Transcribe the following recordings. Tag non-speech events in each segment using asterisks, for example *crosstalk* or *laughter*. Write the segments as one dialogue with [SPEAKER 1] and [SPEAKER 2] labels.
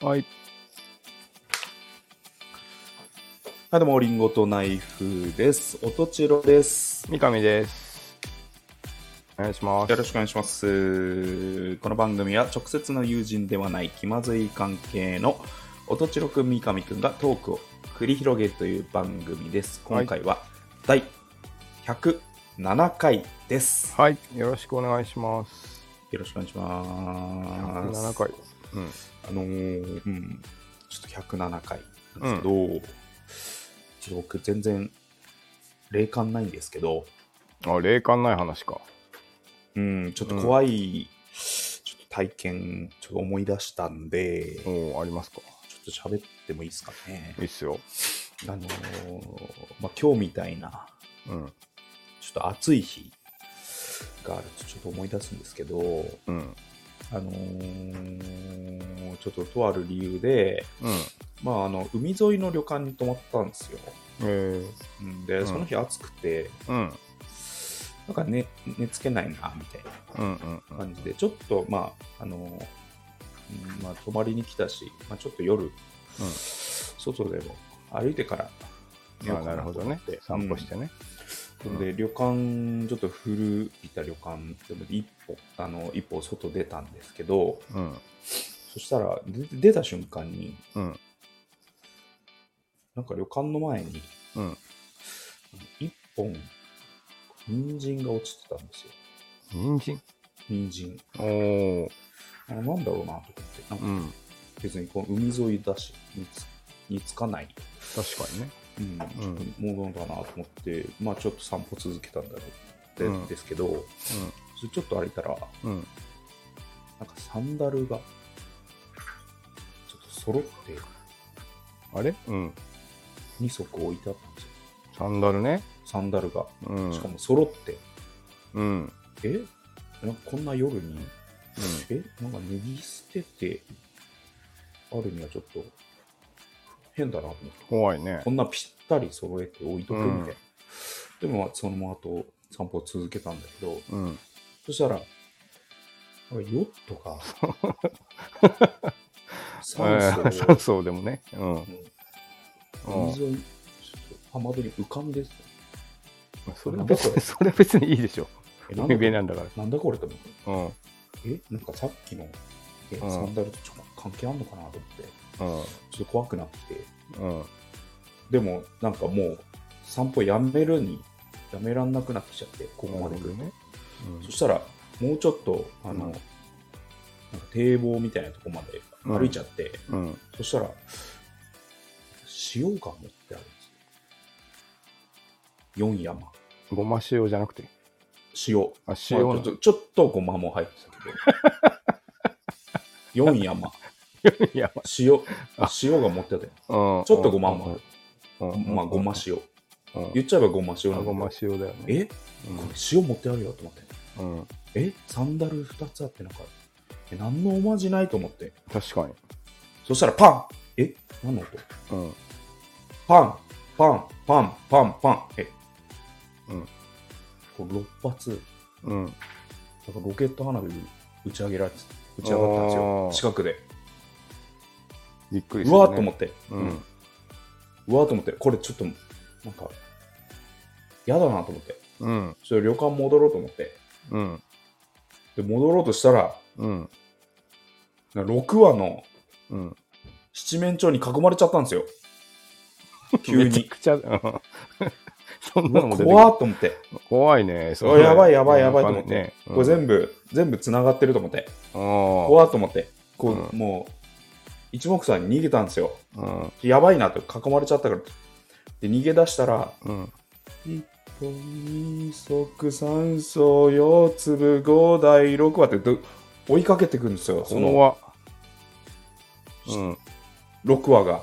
[SPEAKER 1] はい。
[SPEAKER 2] はい、どうも、リンゴとナイフです。おとちろです。
[SPEAKER 1] 三上です。お願いしま
[SPEAKER 2] よ
[SPEAKER 1] す。
[SPEAKER 2] ろしくお願いします。この番組は直接の友人ではない気まずい関係のおとちろくん、三上くんがトークを繰り広げるという番組です。今回は第107回です。
[SPEAKER 1] はい。よろしくお願いします。
[SPEAKER 2] よろしくお願いします。
[SPEAKER 1] 7回。うん。
[SPEAKER 2] あのーうん、ちょっと107回なんですけど、ちょっと僕全然霊感ないんですけど、
[SPEAKER 1] あ、霊感ない話か。
[SPEAKER 2] うん、ちょっと怖い、ちょっと体験、ちょっと思い出したんで、ちょっ
[SPEAKER 1] おおありますか。
[SPEAKER 2] と喋ってもいいですかね
[SPEAKER 1] い。いっすよ。
[SPEAKER 2] あのーまあ、今日みたいな、
[SPEAKER 1] うん。
[SPEAKER 2] ちょっと暑い日があるとちょっと思い出すんですけど、
[SPEAKER 1] うん。
[SPEAKER 2] あのーちょっととある理由で、
[SPEAKER 1] うん。
[SPEAKER 2] まあ、あの海沿いの旅館に泊まったんですよ。
[SPEAKER 1] えー、
[SPEAKER 2] うんで、
[SPEAKER 1] ん
[SPEAKER 2] その日暑くて、
[SPEAKER 1] うん。
[SPEAKER 2] なんか寝寝つけないな、みたい
[SPEAKER 1] うんうんう。
[SPEAKER 2] なん感じで、ちょっと、まあ、あの、うんまあ、泊まりに来たし、まあ、ちょっと夜、外でも歩いてから寝よ
[SPEAKER 1] ま
[SPEAKER 2] う
[SPEAKER 1] あ、
[SPEAKER 2] か
[SPEAKER 1] なるほどね
[SPEAKER 2] と思って。
[SPEAKER 1] 散歩してね。
[SPEAKER 2] うんで、旅館、ちょっと古びた旅館ってので、一歩、あの、一歩外出たんですけど、
[SPEAKER 1] うん。
[SPEAKER 2] そしたら、で出た瞬間に、
[SPEAKER 1] うん。
[SPEAKER 2] なんか旅館の前に、
[SPEAKER 1] うん。
[SPEAKER 2] 一本、人参が落ちてたんですよ。
[SPEAKER 1] 人参
[SPEAKER 2] 人参。
[SPEAKER 1] おお
[SPEAKER 2] あなんだろうなと思って、なんか
[SPEAKER 1] うん。
[SPEAKER 2] 別にこの海沿いだし、につにつかない、
[SPEAKER 1] 確かにね。
[SPEAKER 2] うん、ちょっとものだなと思って、まあちょっと散歩続けたんだけど、
[SPEAKER 1] うん
[SPEAKER 2] ですけど、それちょっと歩いたら、なんか
[SPEAKER 1] うん。うん。
[SPEAKER 2] サンダルが、ちょっと揃って
[SPEAKER 1] あれうん。
[SPEAKER 2] 2足置いてあったんですよ。
[SPEAKER 1] サンダルね。
[SPEAKER 2] サンダルが。
[SPEAKER 1] うん。
[SPEAKER 2] しかも揃って、
[SPEAKER 1] うん。うん。
[SPEAKER 2] えなんかこんな夜に、えなんか脱ぎ捨ててあるにはちょっと変だなと思って。
[SPEAKER 1] 怖いね
[SPEAKER 2] こ。んなぴったり揃えて置いとくみたいな。でもまあ、そのままと散歩を続けたんだけど、
[SPEAKER 1] うん。
[SPEAKER 2] そしたら、なんかヨットが、
[SPEAKER 1] えー
[SPEAKER 2] 酸
[SPEAKER 1] *laughs*
[SPEAKER 2] 素
[SPEAKER 1] 酸素でもね。うん。
[SPEAKER 2] を
[SPEAKER 1] うん
[SPEAKER 2] 水をちょっと浜辺に浮かんで、
[SPEAKER 1] それは別に、 *laughs* それは別にいいでしょ。
[SPEAKER 2] えなん
[SPEAKER 1] 海
[SPEAKER 2] だ
[SPEAKER 1] 辺なんだから。
[SPEAKER 2] なんだこれと思って、
[SPEAKER 1] うん。うん。
[SPEAKER 2] え、なんかさっきのえ
[SPEAKER 1] うん
[SPEAKER 2] サンダルとちょっと関係あんのかなと思って、ちょっと怖くなってきて、
[SPEAKER 1] うん。
[SPEAKER 2] でもなんかもう散歩やめるに、やめらんなくなってきちゃって、ここまで来ると。
[SPEAKER 1] ね。
[SPEAKER 2] そしたら、もうちょっと、あの、
[SPEAKER 1] うん
[SPEAKER 2] なんか堤防みたいなとこまで歩いちゃって、
[SPEAKER 1] うん。うん。
[SPEAKER 2] そしたら、塩が持ってあるんですよ。4山。
[SPEAKER 1] ごま塩じゃなくて。
[SPEAKER 2] 塩。
[SPEAKER 1] あ、
[SPEAKER 2] 塩
[SPEAKER 1] 塩
[SPEAKER 2] ちょ
[SPEAKER 1] の
[SPEAKER 2] っ。とちょっとごまも入ってたけど。4山。
[SPEAKER 1] *laughs* いや、
[SPEAKER 2] 塩
[SPEAKER 1] あ。
[SPEAKER 2] 塩が持ってあって、ち
[SPEAKER 1] ょ
[SPEAKER 2] ょっとごまもある。
[SPEAKER 1] うん。
[SPEAKER 2] まあ、ごま塩。
[SPEAKER 1] うん。うん
[SPEAKER 2] 言っちゃえばごま塩な
[SPEAKER 1] あ
[SPEAKER 2] んだけ
[SPEAKER 1] ご
[SPEAKER 2] ど
[SPEAKER 1] ま塩だよね。
[SPEAKER 2] えこれ塩持ってあるよと思って。
[SPEAKER 1] うん。うん。
[SPEAKER 2] えサンダル2つあってなんか、え何のおまじないと思って。
[SPEAKER 1] 確かに。
[SPEAKER 2] そしたらパンえ何の音
[SPEAKER 1] うん。
[SPEAKER 2] パンパンパンパンパンえ
[SPEAKER 1] うん。
[SPEAKER 2] こう6発、
[SPEAKER 1] うん。
[SPEAKER 2] なんかロケット花火打ち上げられて、打ち上がったんです
[SPEAKER 1] あ
[SPEAKER 2] よ
[SPEAKER 1] ー。
[SPEAKER 2] 近くで。
[SPEAKER 1] びっくりする
[SPEAKER 2] う
[SPEAKER 1] ね。
[SPEAKER 2] わーっと思って。
[SPEAKER 1] うん。うん。
[SPEAKER 2] うわーっと思って。これちょっと、なんか、やだなと思って。
[SPEAKER 1] うん。
[SPEAKER 2] ちょっと旅館戻ろうと思って。
[SPEAKER 1] うん。
[SPEAKER 2] で、戻ろうとしたら、
[SPEAKER 1] うん。
[SPEAKER 2] 6話の
[SPEAKER 1] うん。
[SPEAKER 2] 七面鳥に囲まれちゃったん *laughs* ですよ。急
[SPEAKER 1] めちゃ
[SPEAKER 2] に。
[SPEAKER 1] くちゃ、うん。 *laughs* そん
[SPEAKER 2] う
[SPEAKER 1] な
[SPEAKER 2] わ
[SPEAKER 1] のも出てくる
[SPEAKER 2] 怖ーっと思って。
[SPEAKER 1] 怖いね。
[SPEAKER 2] うわやばいやばいやばいと
[SPEAKER 1] と
[SPEAKER 2] 思って
[SPEAKER 1] ね。
[SPEAKER 2] これ全部、全部繋がってると思って。
[SPEAKER 1] 怖
[SPEAKER 2] 怖っと思って、こう、
[SPEAKER 1] う
[SPEAKER 2] もう、一目散に逃げたんですよ。
[SPEAKER 1] うん。
[SPEAKER 2] やばいなと、囲まれちゃったから。で、逃げ出したら、
[SPEAKER 1] うん。
[SPEAKER 2] 一本、二足、三層、四粒、五台、六羽ってど追いかけてくるんですよ、その
[SPEAKER 1] 怖っうん。
[SPEAKER 2] 六羽が。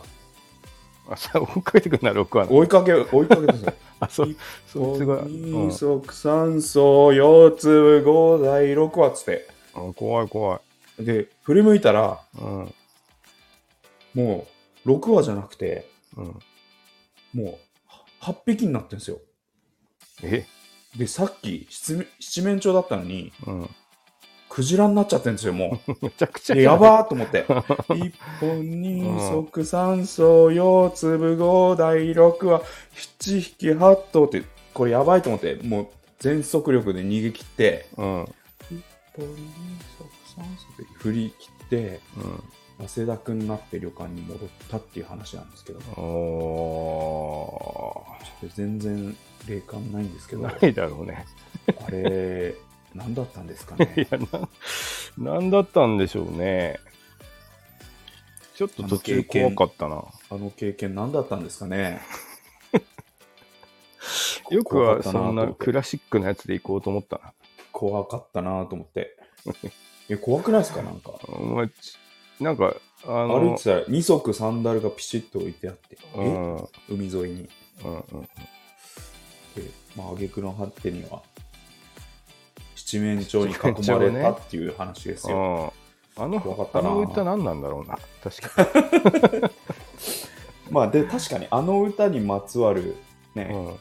[SPEAKER 1] あ、さ、追っかけてくんな、6話の。
[SPEAKER 2] 追いかけ、追いかけてくるんですよ。
[SPEAKER 1] あ、そう、 *laughs* そう、すごい。うん
[SPEAKER 2] 二足、三層、四粒、五台、六羽っつって。
[SPEAKER 1] うん怖い怖い。
[SPEAKER 2] で、振り向いたら、
[SPEAKER 1] うん。
[SPEAKER 2] もう、六羽じゃなくて、
[SPEAKER 1] うん。
[SPEAKER 2] もう、8匹になってるんですよ。
[SPEAKER 1] え
[SPEAKER 2] で、さっき七面七面鳥だったのに、
[SPEAKER 1] うん。 *laughs*
[SPEAKER 2] くクジラになっちゃってるんですよ、もう。
[SPEAKER 1] めちゃくちゃ
[SPEAKER 2] でやばーと思って。一本、二足、三層、四粒、五第六は、七匹、八頭って、これやばいと思って、もう全速力で逃げ切って、
[SPEAKER 1] うんうん
[SPEAKER 2] 一本、二足、三層って振り切って、汗だくになって旅館に戻ったっていう話なんですけど、ちょ
[SPEAKER 1] お
[SPEAKER 2] っと全然霊感ないんですけ
[SPEAKER 1] ー *laughs*
[SPEAKER 2] ど、あ
[SPEAKER 1] ないだろうね
[SPEAKER 2] れ、何だったんですかね
[SPEAKER 1] い。やななんだったんでしょうねちょっと途中怖かったな
[SPEAKER 2] あの経験何だったんですかね。
[SPEAKER 1] よく
[SPEAKER 2] 怖か
[SPEAKER 1] は
[SPEAKER 2] ったなと
[SPEAKER 1] そんな
[SPEAKER 2] 思って
[SPEAKER 1] クラシックなやつで行こうと思ったな
[SPEAKER 2] 怖かったなと思って。
[SPEAKER 1] *laughs*
[SPEAKER 2] いや怖くないですかなんか。
[SPEAKER 1] お前ちなんかあ
[SPEAKER 2] 歩い
[SPEAKER 1] の
[SPEAKER 2] てたら2足サンダルがピシッと置いてあって、
[SPEAKER 1] う
[SPEAKER 2] え
[SPEAKER 1] んうん
[SPEAKER 2] 海沿いに。
[SPEAKER 1] うん
[SPEAKER 2] で、まあ挙句の果てには、七面鳥に囲まれたっていう話ですよ。
[SPEAKER 1] あああ
[SPEAKER 2] 怖か
[SPEAKER 1] の
[SPEAKER 2] った
[SPEAKER 1] あ
[SPEAKER 2] な
[SPEAKER 1] の歌何なんだろうな確か
[SPEAKER 2] まあで、確かにあの歌にまつわる、ね
[SPEAKER 1] に、うん、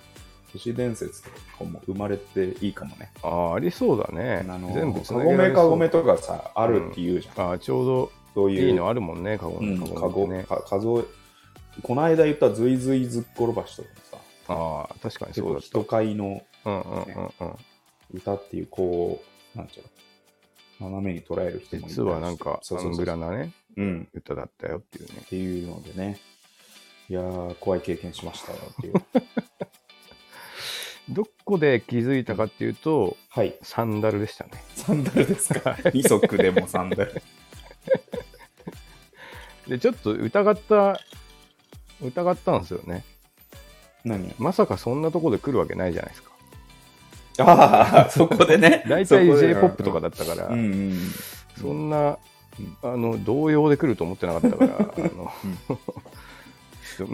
[SPEAKER 2] 都市伝説とかも生まれていいかもね。
[SPEAKER 1] ああありそうだ
[SPEAKER 2] あ
[SPEAKER 1] ね
[SPEAKER 2] の
[SPEAKER 1] 全部
[SPEAKER 2] カ
[SPEAKER 1] つな
[SPEAKER 2] ゴ
[SPEAKER 1] げら
[SPEAKER 2] メ
[SPEAKER 1] れ
[SPEAKER 2] カ
[SPEAKER 1] そう
[SPEAKER 2] ゴメとかさ、あるって言うじゃん。
[SPEAKER 1] ああちょうど
[SPEAKER 2] そうい
[SPEAKER 1] い
[SPEAKER 2] う。
[SPEAKER 1] いのあるもんね、カゴ
[SPEAKER 2] う
[SPEAKER 1] ね。
[SPEAKER 2] ん、
[SPEAKER 1] カ
[SPEAKER 2] カ
[SPEAKER 1] ゴ
[SPEAKER 2] ゴ、
[SPEAKER 1] ね。
[SPEAKER 2] か数えこの間言ったずいずいずっころばしとかもさ、
[SPEAKER 1] ああ、確かに
[SPEAKER 2] 結
[SPEAKER 1] そう
[SPEAKER 2] 構
[SPEAKER 1] だっ
[SPEAKER 2] 人買いの
[SPEAKER 1] た。うんうんうんうん。
[SPEAKER 2] 歌っていう、こう、なんちゃうの、斜めに捉える人もいたりして
[SPEAKER 1] 実はなんか、
[SPEAKER 2] そ
[SPEAKER 1] ア
[SPEAKER 2] うそう
[SPEAKER 1] ン
[SPEAKER 2] そ
[SPEAKER 1] グラ
[SPEAKER 2] う。
[SPEAKER 1] なね、
[SPEAKER 2] うん、
[SPEAKER 1] 歌だったよっていうね
[SPEAKER 2] っ。ていうのでね、いやー、怖い経験しましたよ
[SPEAKER 1] *laughs*
[SPEAKER 2] っていう。
[SPEAKER 1] どこで気づいたかっていうと、
[SPEAKER 2] はい、
[SPEAKER 1] サンダルでしたね。
[SPEAKER 2] サンダルですか。二足でもサン
[SPEAKER 1] *laughs*
[SPEAKER 2] ダル。
[SPEAKER 1] で、ちょっと疑った、疑ったんですよね。
[SPEAKER 2] 何
[SPEAKER 1] まさかそんなとこで来るわけないじゃない
[SPEAKER 2] *laughs*
[SPEAKER 1] ですか。
[SPEAKER 2] ああ、そこでね。
[SPEAKER 1] *laughs* 大体
[SPEAKER 2] そこで
[SPEAKER 1] J-POP とかだったから、
[SPEAKER 2] うんうんうん。
[SPEAKER 1] そんな
[SPEAKER 2] うん、
[SPEAKER 1] あの、動揺で来ると思ってなかった
[SPEAKER 2] *laughs*
[SPEAKER 1] から、あの、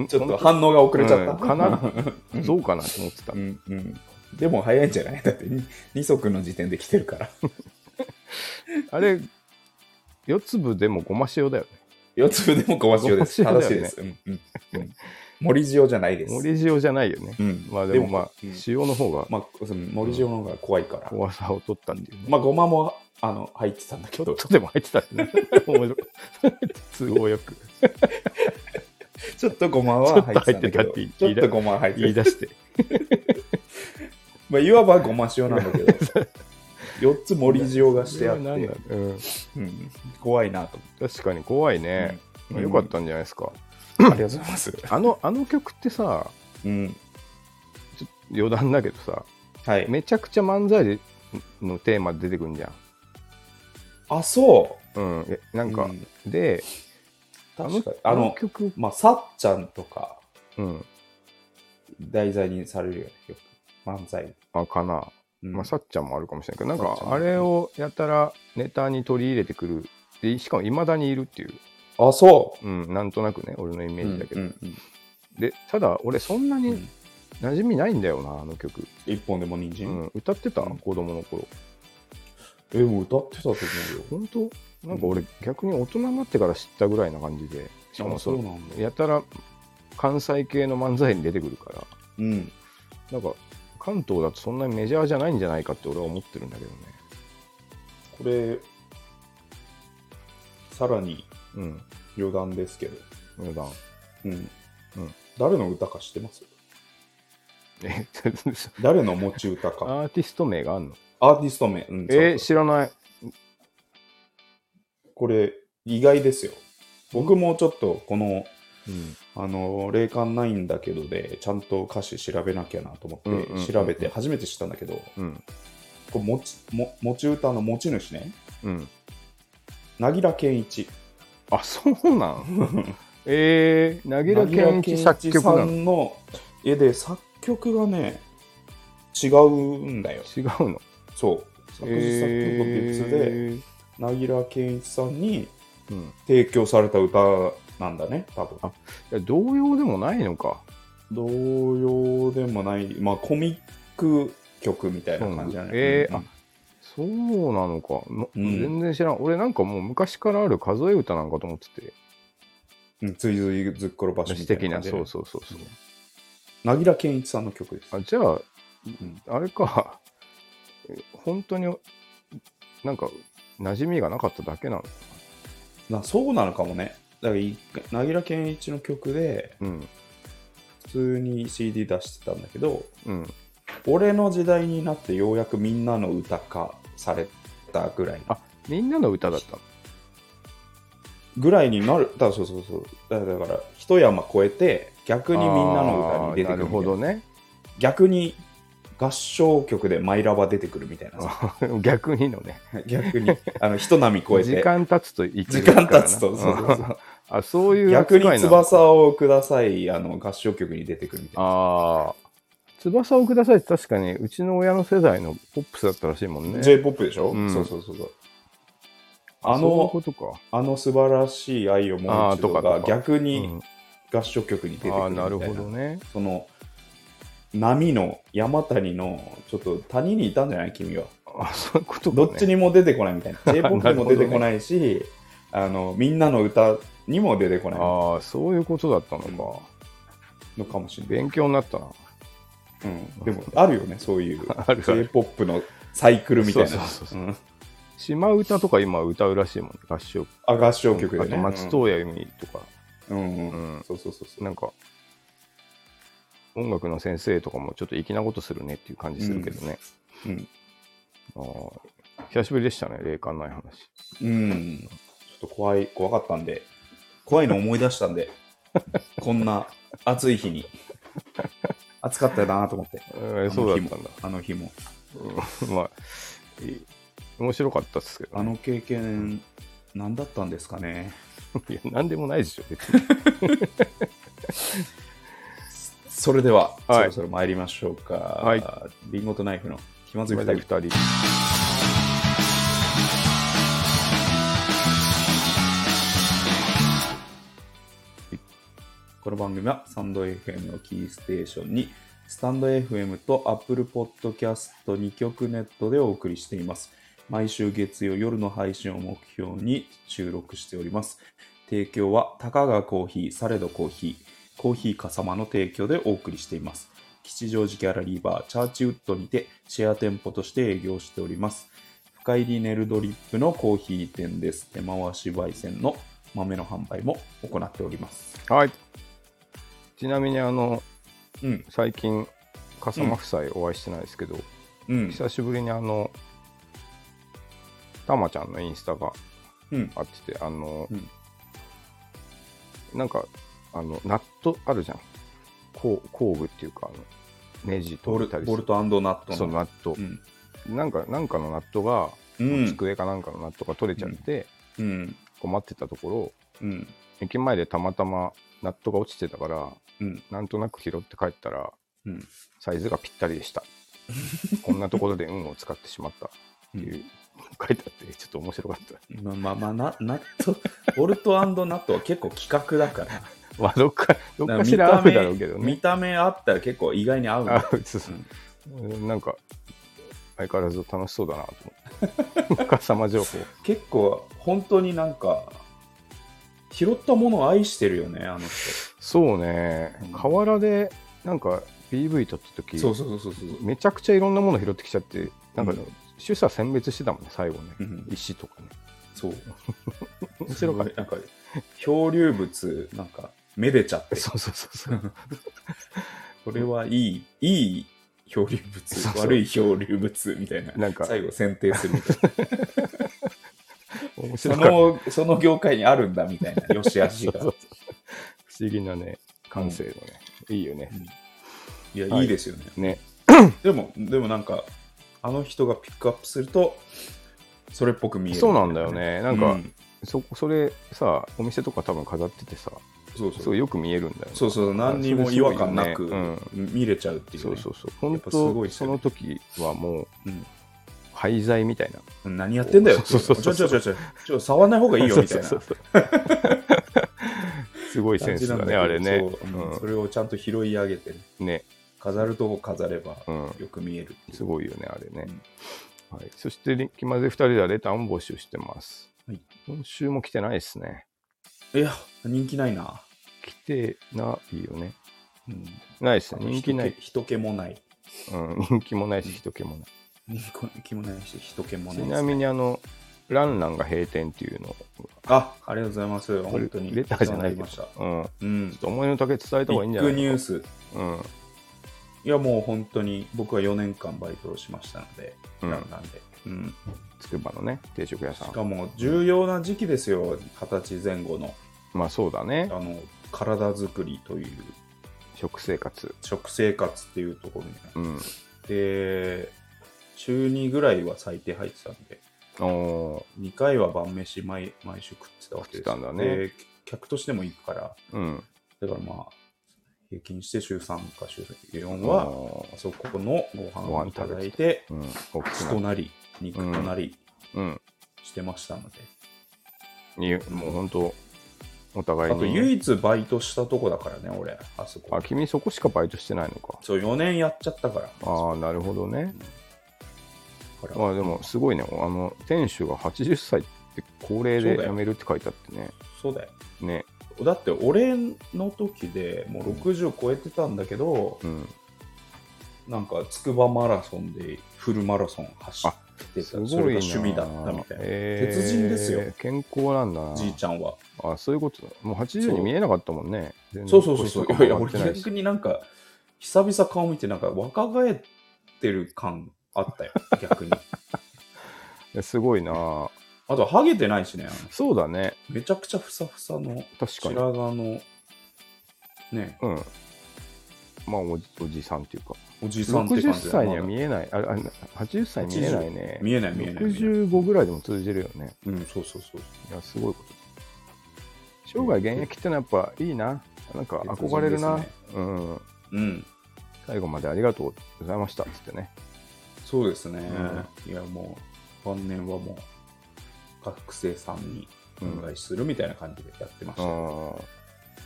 [SPEAKER 2] ちょっと反応が遅れちゃった。
[SPEAKER 1] うんかなどうかなと思ってた
[SPEAKER 2] う。んうん。でも早いんじゃないだってに二足の時点で来てるから。
[SPEAKER 1] あれ、四粒でもごま塩だよね。
[SPEAKER 2] 四粒でもごま塩です。
[SPEAKER 1] ごま塩
[SPEAKER 2] 正
[SPEAKER 1] だよ
[SPEAKER 2] しい
[SPEAKER 1] ね
[SPEAKER 2] です。うんうんうん森塩じゃないです。
[SPEAKER 1] 森塩じゃないよね。
[SPEAKER 2] うん
[SPEAKER 1] まあでもまあ、
[SPEAKER 2] うん
[SPEAKER 1] 塩の方が
[SPEAKER 2] まあ、その森塩の方が怖いから。
[SPEAKER 1] 怖さを取ったっていうね。
[SPEAKER 2] まあ、ごまもあの入ってたんだけ
[SPEAKER 1] ちょ
[SPEAKER 2] ど
[SPEAKER 1] っ、とでも入ってたよね。面白い *laughs* 都合よく
[SPEAKER 2] ちょっとごまは入ってた
[SPEAKER 1] ちょっと入
[SPEAKER 2] んだけ
[SPEAKER 1] ってた
[SPEAKER 2] ど
[SPEAKER 1] って言い、
[SPEAKER 2] ちょっとごまは入って
[SPEAKER 1] 言い出して。
[SPEAKER 2] まあ、いわばごま塩なんだけど、
[SPEAKER 1] *laughs*
[SPEAKER 2] 四つ森塩がしてあっ
[SPEAKER 1] これは何
[SPEAKER 2] て
[SPEAKER 1] な、んだうん
[SPEAKER 2] うん怖いなと
[SPEAKER 1] 確かに怖い
[SPEAKER 2] 思って
[SPEAKER 1] ね。。
[SPEAKER 2] うん
[SPEAKER 1] まあよかったんじゃないですか。
[SPEAKER 2] うんありがとうございます。
[SPEAKER 1] あの、あの曲ってさ、
[SPEAKER 2] うん。
[SPEAKER 1] 余談だけどさ、
[SPEAKER 2] はい。
[SPEAKER 1] めちゃくちゃ漫才のテーマ出てくんじゃん。
[SPEAKER 2] あ、そ
[SPEAKER 1] うん。えな
[SPEAKER 2] う。
[SPEAKER 1] んか
[SPEAKER 2] う、ん
[SPEAKER 1] で、あの
[SPEAKER 2] 確かに。あ
[SPEAKER 1] あの
[SPEAKER 2] の、
[SPEAKER 1] 曲、
[SPEAKER 2] まあ、さっちゃんとか、
[SPEAKER 1] うん。
[SPEAKER 2] 題材にされるよね、よく。漫才。
[SPEAKER 1] あ、かな。
[SPEAKER 2] うん
[SPEAKER 1] まあ、さっちゃんもあるかもしれないけど、なん
[SPEAKER 2] さっちゃん
[SPEAKER 1] か、
[SPEAKER 2] も
[SPEAKER 1] あれをやたらネタに取り入れてくる。でしかも、いまだにいるっていう。
[SPEAKER 2] あ、そ
[SPEAKER 1] うん、なんとなくね、俺のイ
[SPEAKER 2] う。
[SPEAKER 1] メージだけど。
[SPEAKER 2] うんうん
[SPEAKER 1] で、ただ、俺、そんな
[SPEAKER 2] う
[SPEAKER 1] に
[SPEAKER 2] ん
[SPEAKER 1] 馴染みないんだよな、あの曲。
[SPEAKER 2] 一本でも人
[SPEAKER 1] う
[SPEAKER 2] 参、
[SPEAKER 1] ん、歌ってた、
[SPEAKER 2] うん
[SPEAKER 1] 子供の頃。
[SPEAKER 2] え、もう歌ってたと思うよ。
[SPEAKER 1] 本当なんか俺、逆に大人になってから知ったぐらいな感じで。しかも
[SPEAKER 2] あ
[SPEAKER 1] そう、
[SPEAKER 2] なんだ。
[SPEAKER 1] やたら関西系の漫才に出てくるから、
[SPEAKER 2] うん。
[SPEAKER 1] なんか、関東だとそんなにメジャーじゃないんじゃないかって俺は思ってるんだけどね。
[SPEAKER 2] これ、さらに
[SPEAKER 1] うん、
[SPEAKER 2] 余談ですけど、
[SPEAKER 1] 値段。
[SPEAKER 2] うん。
[SPEAKER 1] うん
[SPEAKER 2] 誰の歌か知ってます
[SPEAKER 1] *laughs* え、ア
[SPEAKER 2] 誰の持ち歌 *laughs* か。
[SPEAKER 1] ーティスト名があんの
[SPEAKER 2] アーティスト名。うん、
[SPEAKER 1] えー
[SPEAKER 2] そう
[SPEAKER 1] 知らない。
[SPEAKER 2] そうこれ、意外ですよ。僕もちょっと、この、
[SPEAKER 1] うん
[SPEAKER 2] あの霊感ないんだけどでちゃんと歌詞調べなきゃなと思
[SPEAKER 1] うんうんうんう
[SPEAKER 2] っ
[SPEAKER 1] ん
[SPEAKER 2] て調べて初めて知ったんだけど
[SPEAKER 1] うん
[SPEAKER 2] これ持ちも持ち歌の持ち主ね
[SPEAKER 1] うん、
[SPEAKER 2] なぎら健一
[SPEAKER 1] あそうなん
[SPEAKER 2] *laughs*
[SPEAKER 1] えー、なぎら健一作曲
[SPEAKER 2] なぎ
[SPEAKER 1] なの
[SPEAKER 2] ら健一さんの絵で作曲がね違うんだよ
[SPEAKER 1] 違うの
[SPEAKER 2] そう作詞作曲と別で
[SPEAKER 1] えー
[SPEAKER 2] なぎら健一さんに
[SPEAKER 1] うん、い
[SPEAKER 2] 提供された歌なんだね多分
[SPEAKER 1] あや同様でもないのか
[SPEAKER 2] 同様でもないまあコミック曲みたいな感じだね、
[SPEAKER 1] えー
[SPEAKER 2] うん
[SPEAKER 1] あそうなのか、の
[SPEAKER 2] うん
[SPEAKER 1] 全然知らん俺なんかもう昔からある数え歌なんかと思ってて
[SPEAKER 2] うん、ついずいずっころ場所み
[SPEAKER 1] 私
[SPEAKER 2] たい
[SPEAKER 1] 的
[SPEAKER 2] な
[SPEAKER 1] な
[SPEAKER 2] 感じで
[SPEAKER 1] そうそうそうそう
[SPEAKER 2] なぎら健一さんの曲です。
[SPEAKER 1] あじゃあ
[SPEAKER 2] うん
[SPEAKER 1] あれかえ本当になんか馴染みがなかっただけなの。
[SPEAKER 2] なそうなのかもね。だからい、なぎら健一の曲で、
[SPEAKER 1] うん。
[SPEAKER 2] 普通に CD 出してたんだけど、
[SPEAKER 1] うん。
[SPEAKER 2] 俺の時代になってようやくみんなの歌化されたぐらい
[SPEAKER 1] あみんなの歌だったの。
[SPEAKER 2] ぐらいになる、だからそうそうそう。だから、だから一山越えて、逆にみんなの歌に出てく
[SPEAKER 1] あーな
[SPEAKER 2] る
[SPEAKER 1] る
[SPEAKER 2] みたい
[SPEAKER 1] ほ
[SPEAKER 2] な
[SPEAKER 1] どね。 *laughs*
[SPEAKER 2] 逆に合唱曲でマイラバ出てくるみたいなさ。
[SPEAKER 1] 逆にのね。
[SPEAKER 2] *laughs* 逆に、あの、一波越えて。
[SPEAKER 1] 時間経つと一
[SPEAKER 2] 時間経つと、そうそう
[SPEAKER 1] う
[SPEAKER 2] そ
[SPEAKER 1] ん
[SPEAKER 2] う
[SPEAKER 1] *laughs* あ、そういう
[SPEAKER 2] 逆に
[SPEAKER 1] なの
[SPEAKER 2] 翼をください、あの、合唱曲に出てくるみたいな。
[SPEAKER 1] ああ。翼をくださいって確かに、うちの親の世代のポップスだったらしいもんね。
[SPEAKER 2] J-POP でしょ、
[SPEAKER 1] うん
[SPEAKER 2] そうそうそうそう。
[SPEAKER 1] あ
[SPEAKER 2] あ
[SPEAKER 1] そういう
[SPEAKER 2] の
[SPEAKER 1] こ、とか。
[SPEAKER 2] あの素晴らしい愛をもう一度
[SPEAKER 1] あーとか
[SPEAKER 2] が
[SPEAKER 1] とか
[SPEAKER 2] 逆
[SPEAKER 1] う
[SPEAKER 2] に
[SPEAKER 1] ん、
[SPEAKER 2] 合唱曲に出てくる
[SPEAKER 1] あ
[SPEAKER 2] みた
[SPEAKER 1] あ、
[SPEAKER 2] いな。
[SPEAKER 1] なるほどね。
[SPEAKER 2] その、波の山谷の、ちょっと谷にいたんじゃない君は。
[SPEAKER 1] あそういうことか、ね。
[SPEAKER 2] どっちにも出てこな
[SPEAKER 1] *laughs*
[SPEAKER 2] いみたいな。J-POP にも出てこないし、あの、みんなの歌にも出てこない
[SPEAKER 1] ああ、そういうことだったのか。
[SPEAKER 2] のかもしれない。
[SPEAKER 1] 勉強になったな。
[SPEAKER 2] うん、でも、あるよね、そういう
[SPEAKER 1] *laughs* あるある
[SPEAKER 2] J-POP のサイクルみたいな。
[SPEAKER 1] そうそうそうそう
[SPEAKER 2] うん
[SPEAKER 1] 島歌とか今歌うらしいもん、ね、合唱
[SPEAKER 2] あ合唱曲でね。
[SPEAKER 1] あと松任谷由実とか、
[SPEAKER 2] うんうん
[SPEAKER 1] うん
[SPEAKER 2] そうそうそうそう。
[SPEAKER 1] なんか、音楽の先生とかもちょっと粋なことするねっていう感じするけどね。
[SPEAKER 2] うん。
[SPEAKER 1] ああ、久しぶりでしたね、霊感ない話。
[SPEAKER 2] うん。ちょっと怖い、怖かったんで、怖いの思い出したんで、 *laughs* こんな暑い日に。暑かったよなと思って。
[SPEAKER 1] えーそうだったんだ。
[SPEAKER 2] あの日も。
[SPEAKER 1] うん *laughs* まあ、い面白かったですけど、 *laughs*
[SPEAKER 2] あの経験、何だったんですかね。
[SPEAKER 1] いや、なんでもないでしょ、別に。
[SPEAKER 2] それでは、
[SPEAKER 1] はい
[SPEAKER 2] そろそろ参りましょうか。
[SPEAKER 1] はい
[SPEAKER 2] リンゴとナイフの気まずい二
[SPEAKER 1] まだ
[SPEAKER 2] 人
[SPEAKER 1] 2。人。
[SPEAKER 2] この番組はサンド FM のキーステーションにスタンド FM と Apple Podcast2 曲ネットでお送りしています。毎週月曜夜の配信を目標に収録しております。提供は高川コーヒー、サレドコーヒー、コーヒーかさまの提供でお送りしています。吉祥寺ギャラリーバーチャーチウッドにてシェア店舗として営業しております。深入りネルドリップのコーヒー店です。手回し焙煎の豆の販売も行っております。
[SPEAKER 1] はい。ちなみに、あの、
[SPEAKER 2] うん、
[SPEAKER 1] 最近、笠間夫妻お会いしてないですけど、
[SPEAKER 2] うん、
[SPEAKER 1] 久しぶりにあの、たまちゃんのインスタが
[SPEAKER 2] うん。
[SPEAKER 1] あってて、あの、
[SPEAKER 2] うん
[SPEAKER 1] なんか、あの、ナットあるじゃん。工工具っていうか、あのネジ
[SPEAKER 2] ボ
[SPEAKER 1] 取
[SPEAKER 2] ル
[SPEAKER 1] ったり
[SPEAKER 2] ボルトナット
[SPEAKER 1] そう、ナット
[SPEAKER 2] う。ん。
[SPEAKER 1] なんか、なんかのナットが、
[SPEAKER 2] うん。
[SPEAKER 1] 机かなんかのナットが取れちゃって、
[SPEAKER 2] うん。
[SPEAKER 1] 困ってたところ、
[SPEAKER 2] うん。
[SPEAKER 1] 駅前でたまたまナットが落ちてたから、
[SPEAKER 2] うん。
[SPEAKER 1] なんとなく拾って帰ったら、
[SPEAKER 2] うん。
[SPEAKER 1] サイズがぴったりでした。こんなところで運を使ってしまったっていう、書いてあって、ちょっと面白かった。 *laughs*
[SPEAKER 2] まあまあまあ、なナット、ボルトナットは結構企画だから。 *laughs*
[SPEAKER 1] まあ、どっか、どっかし
[SPEAKER 2] だから
[SPEAKER 1] あ
[SPEAKER 2] 見た
[SPEAKER 1] るだ
[SPEAKER 2] 目
[SPEAKER 1] ろうけどね
[SPEAKER 2] 見。た目あったら結構意外に合うんだ
[SPEAKER 1] あ、そうそう。なんか、相変わらず楽しそうだなと思っ
[SPEAKER 2] *laughs*
[SPEAKER 1] て。お母様情報。
[SPEAKER 2] 結構、本当になんか、拾ったものを愛してるよね、あの人。
[SPEAKER 1] そうね
[SPEAKER 2] うん、
[SPEAKER 1] 河原で、なんか、PV 撮った時
[SPEAKER 2] そうそうそうそう。
[SPEAKER 1] めちゃくちゃいろんなもの拾ってきちゃって、なんか
[SPEAKER 2] うん、
[SPEAKER 1] 主査選別してたもんね、最後ね
[SPEAKER 2] うん。
[SPEAKER 1] 石とかね。
[SPEAKER 2] そう。
[SPEAKER 1] 面白かっ
[SPEAKER 2] なんか、漂流物、なんか、めでちゃって
[SPEAKER 1] た。。そうそうそうそう。
[SPEAKER 2] これはいい、いい漂流物、
[SPEAKER 1] そうそう
[SPEAKER 2] 悪い漂流物みたいな。
[SPEAKER 1] なんか
[SPEAKER 2] 最後選定するみたいな。
[SPEAKER 1] 面白 *laughs*
[SPEAKER 2] そ
[SPEAKER 1] かった。
[SPEAKER 2] の、その業界にあるんだみたいな、よしあし
[SPEAKER 1] *laughs*
[SPEAKER 2] が。
[SPEAKER 1] そう不思議なね、感性のね。いいよね。
[SPEAKER 2] いや、
[SPEAKER 1] はい
[SPEAKER 2] いいですよね。
[SPEAKER 1] ね。
[SPEAKER 2] でも、でもなんか、あの人がピックアップすると、それっぽく見える。
[SPEAKER 1] そうなんだよ。ね。なんか、
[SPEAKER 2] う
[SPEAKER 1] そそれさ、お店とか多分飾っててさ、
[SPEAKER 2] そう
[SPEAKER 1] す
[SPEAKER 2] そ
[SPEAKER 1] ご
[SPEAKER 2] う。
[SPEAKER 1] いよく見えるんだよね。
[SPEAKER 2] そうそう、何にも違和感な
[SPEAKER 1] それ
[SPEAKER 2] く
[SPEAKER 1] すごいよね
[SPEAKER 2] 見れちゃうっていう、ね
[SPEAKER 1] そうそうそう。
[SPEAKER 2] や
[SPEAKER 1] 本
[SPEAKER 2] っぱすごい
[SPEAKER 1] 当、
[SPEAKER 2] です
[SPEAKER 1] そ
[SPEAKER 2] よ
[SPEAKER 1] の
[SPEAKER 2] ね
[SPEAKER 1] 時はもう、
[SPEAKER 2] うん
[SPEAKER 1] 廃材みたいな。
[SPEAKER 2] 何やってんだよって
[SPEAKER 1] そ
[SPEAKER 2] い
[SPEAKER 1] うそうそう
[SPEAKER 2] ちょちょちょちょ、ちょ触んない方がいいよみたいな
[SPEAKER 1] そうそう *laughs* そうすごいセ
[SPEAKER 2] 感
[SPEAKER 1] ン
[SPEAKER 2] じ
[SPEAKER 1] ス
[SPEAKER 2] な
[SPEAKER 1] だ
[SPEAKER 2] んだ
[SPEAKER 1] ね、
[SPEAKER 2] けど
[SPEAKER 1] あれね。
[SPEAKER 2] そううんそれをちゃんと拾い上げてね、
[SPEAKER 1] うんね、
[SPEAKER 2] 飾るとこ飾れば
[SPEAKER 1] うん
[SPEAKER 2] よく見えるっていう
[SPEAKER 1] すごいよね、あれね。はい、そして、リ気まぜ2人ではレターも募集してます。
[SPEAKER 2] はい
[SPEAKER 1] 今週も来てないですね。
[SPEAKER 2] いや、人気ないな。
[SPEAKER 1] 来てないよね。
[SPEAKER 2] うん
[SPEAKER 1] ないですね。人気ない。
[SPEAKER 2] 人気もない。
[SPEAKER 1] うん、人気もないし、人気もない。
[SPEAKER 2] 人気もないし、人気も
[SPEAKER 1] ち
[SPEAKER 2] ない。
[SPEAKER 1] なみに、あの、ランランが閉店っていうのを、
[SPEAKER 2] あ、ありがとうございます。
[SPEAKER 1] これ
[SPEAKER 2] 本当に。
[SPEAKER 1] レターじゃない
[SPEAKER 2] お世話にり
[SPEAKER 1] けど
[SPEAKER 2] ました。
[SPEAKER 1] うん、ちょ
[SPEAKER 2] うん
[SPEAKER 1] っ。と思いの丈伝えた
[SPEAKER 2] ビ
[SPEAKER 1] 方がいいんじゃ
[SPEAKER 2] ッ
[SPEAKER 1] な
[SPEAKER 2] グ
[SPEAKER 1] い
[SPEAKER 2] ニュース。
[SPEAKER 1] うん、
[SPEAKER 2] いや、もう本当に僕は4年間バイトをしましたので、
[SPEAKER 1] うん
[SPEAKER 2] なんで。うん。
[SPEAKER 1] つくばのね、定食屋さ
[SPEAKER 2] し
[SPEAKER 1] ん。
[SPEAKER 2] かも、重要な時期ですよ。二十歳前後の、
[SPEAKER 1] まあそうだ
[SPEAKER 2] あ
[SPEAKER 1] ね、
[SPEAKER 2] の、体作りという、
[SPEAKER 1] 食生活。
[SPEAKER 2] 食生活っていうところにね。
[SPEAKER 1] うん。
[SPEAKER 2] で、週2ぐらいは最低入ってたんで、
[SPEAKER 1] おー
[SPEAKER 2] 2回は晩飯毎毎週食ってたわ
[SPEAKER 1] 食っ
[SPEAKER 2] けですよ。
[SPEAKER 1] てたんだね
[SPEAKER 2] で客としても行くから、
[SPEAKER 1] うん。
[SPEAKER 2] だからまあ、平均して週3か週4は、
[SPEAKER 1] お
[SPEAKER 2] あそこのご飯
[SPEAKER 1] ご
[SPEAKER 2] を
[SPEAKER 1] 飯
[SPEAKER 2] いた
[SPEAKER 1] 食
[SPEAKER 2] だ
[SPEAKER 1] べ
[SPEAKER 2] いて、
[SPEAKER 1] ーうん。大き
[SPEAKER 2] 血
[SPEAKER 1] く
[SPEAKER 2] と
[SPEAKER 1] な
[SPEAKER 2] なり、肉となり
[SPEAKER 1] うん。
[SPEAKER 2] してましたので、
[SPEAKER 1] いやもう本当お互い
[SPEAKER 2] あ
[SPEAKER 1] に。
[SPEAKER 2] と唯一バイトしたとこだからね、俺、あそこ
[SPEAKER 1] あ、。君そこしかバイトしてないのか。
[SPEAKER 2] そう、4年やっちゃったから。
[SPEAKER 1] ああ、なるほどね。
[SPEAKER 2] から
[SPEAKER 1] まあでも、すごいね。あの、店主が80歳って高齢
[SPEAKER 2] そう
[SPEAKER 1] で
[SPEAKER 2] だ
[SPEAKER 1] 辞
[SPEAKER 2] よ
[SPEAKER 1] めるって書いてあってね。
[SPEAKER 2] そうだよ。
[SPEAKER 1] ね。
[SPEAKER 2] だって俺の時でもう60超えてたんだけど、
[SPEAKER 1] うん。
[SPEAKER 2] なんか筑波マラソンでフルマラソン走ってた
[SPEAKER 1] すごいな。
[SPEAKER 2] それが趣味だったみたいな、
[SPEAKER 1] えー
[SPEAKER 2] 鉄人ですよ
[SPEAKER 1] 健康なんだな。
[SPEAKER 2] じいちゃんは
[SPEAKER 1] あ、そういうことだ。もう80に見えなかったもんね。全然
[SPEAKER 2] そうそうそうそう
[SPEAKER 1] 腰とか
[SPEAKER 2] いやい
[SPEAKER 1] も上が
[SPEAKER 2] や
[SPEAKER 1] っ
[SPEAKER 2] 俺
[SPEAKER 1] てないし
[SPEAKER 2] 逆になんか久々顔見てなんか若返ってる感あった *laughs* よ逆に
[SPEAKER 1] いやすごいな。
[SPEAKER 2] あとハゲてないしねあの
[SPEAKER 1] そうだね。
[SPEAKER 2] めちゃくちゃふさふさの
[SPEAKER 1] 確かに。
[SPEAKER 2] 白髪のね
[SPEAKER 1] うん。まあおじ、おじさんっていうか。
[SPEAKER 2] おじさんって
[SPEAKER 1] 60
[SPEAKER 2] 感じ
[SPEAKER 1] 歳には
[SPEAKER 2] ま
[SPEAKER 1] 見えない。あれ、あれ80歳見えないね
[SPEAKER 2] だ。見えない見えない見えない
[SPEAKER 1] 65ぐらいでも通じるよね。
[SPEAKER 2] うんそうそうそう
[SPEAKER 1] いや、すごいことだ。生涯現役ってのはやっぱいいな。なんか憧れるな。
[SPEAKER 2] 別人
[SPEAKER 1] うん。
[SPEAKER 2] うん
[SPEAKER 1] 最後までありがとうございましたっつってね。
[SPEAKER 2] そうですね、いやもう晩年はもう学生さんにお願いするみたいな感じでやってました、
[SPEAKER 1] あ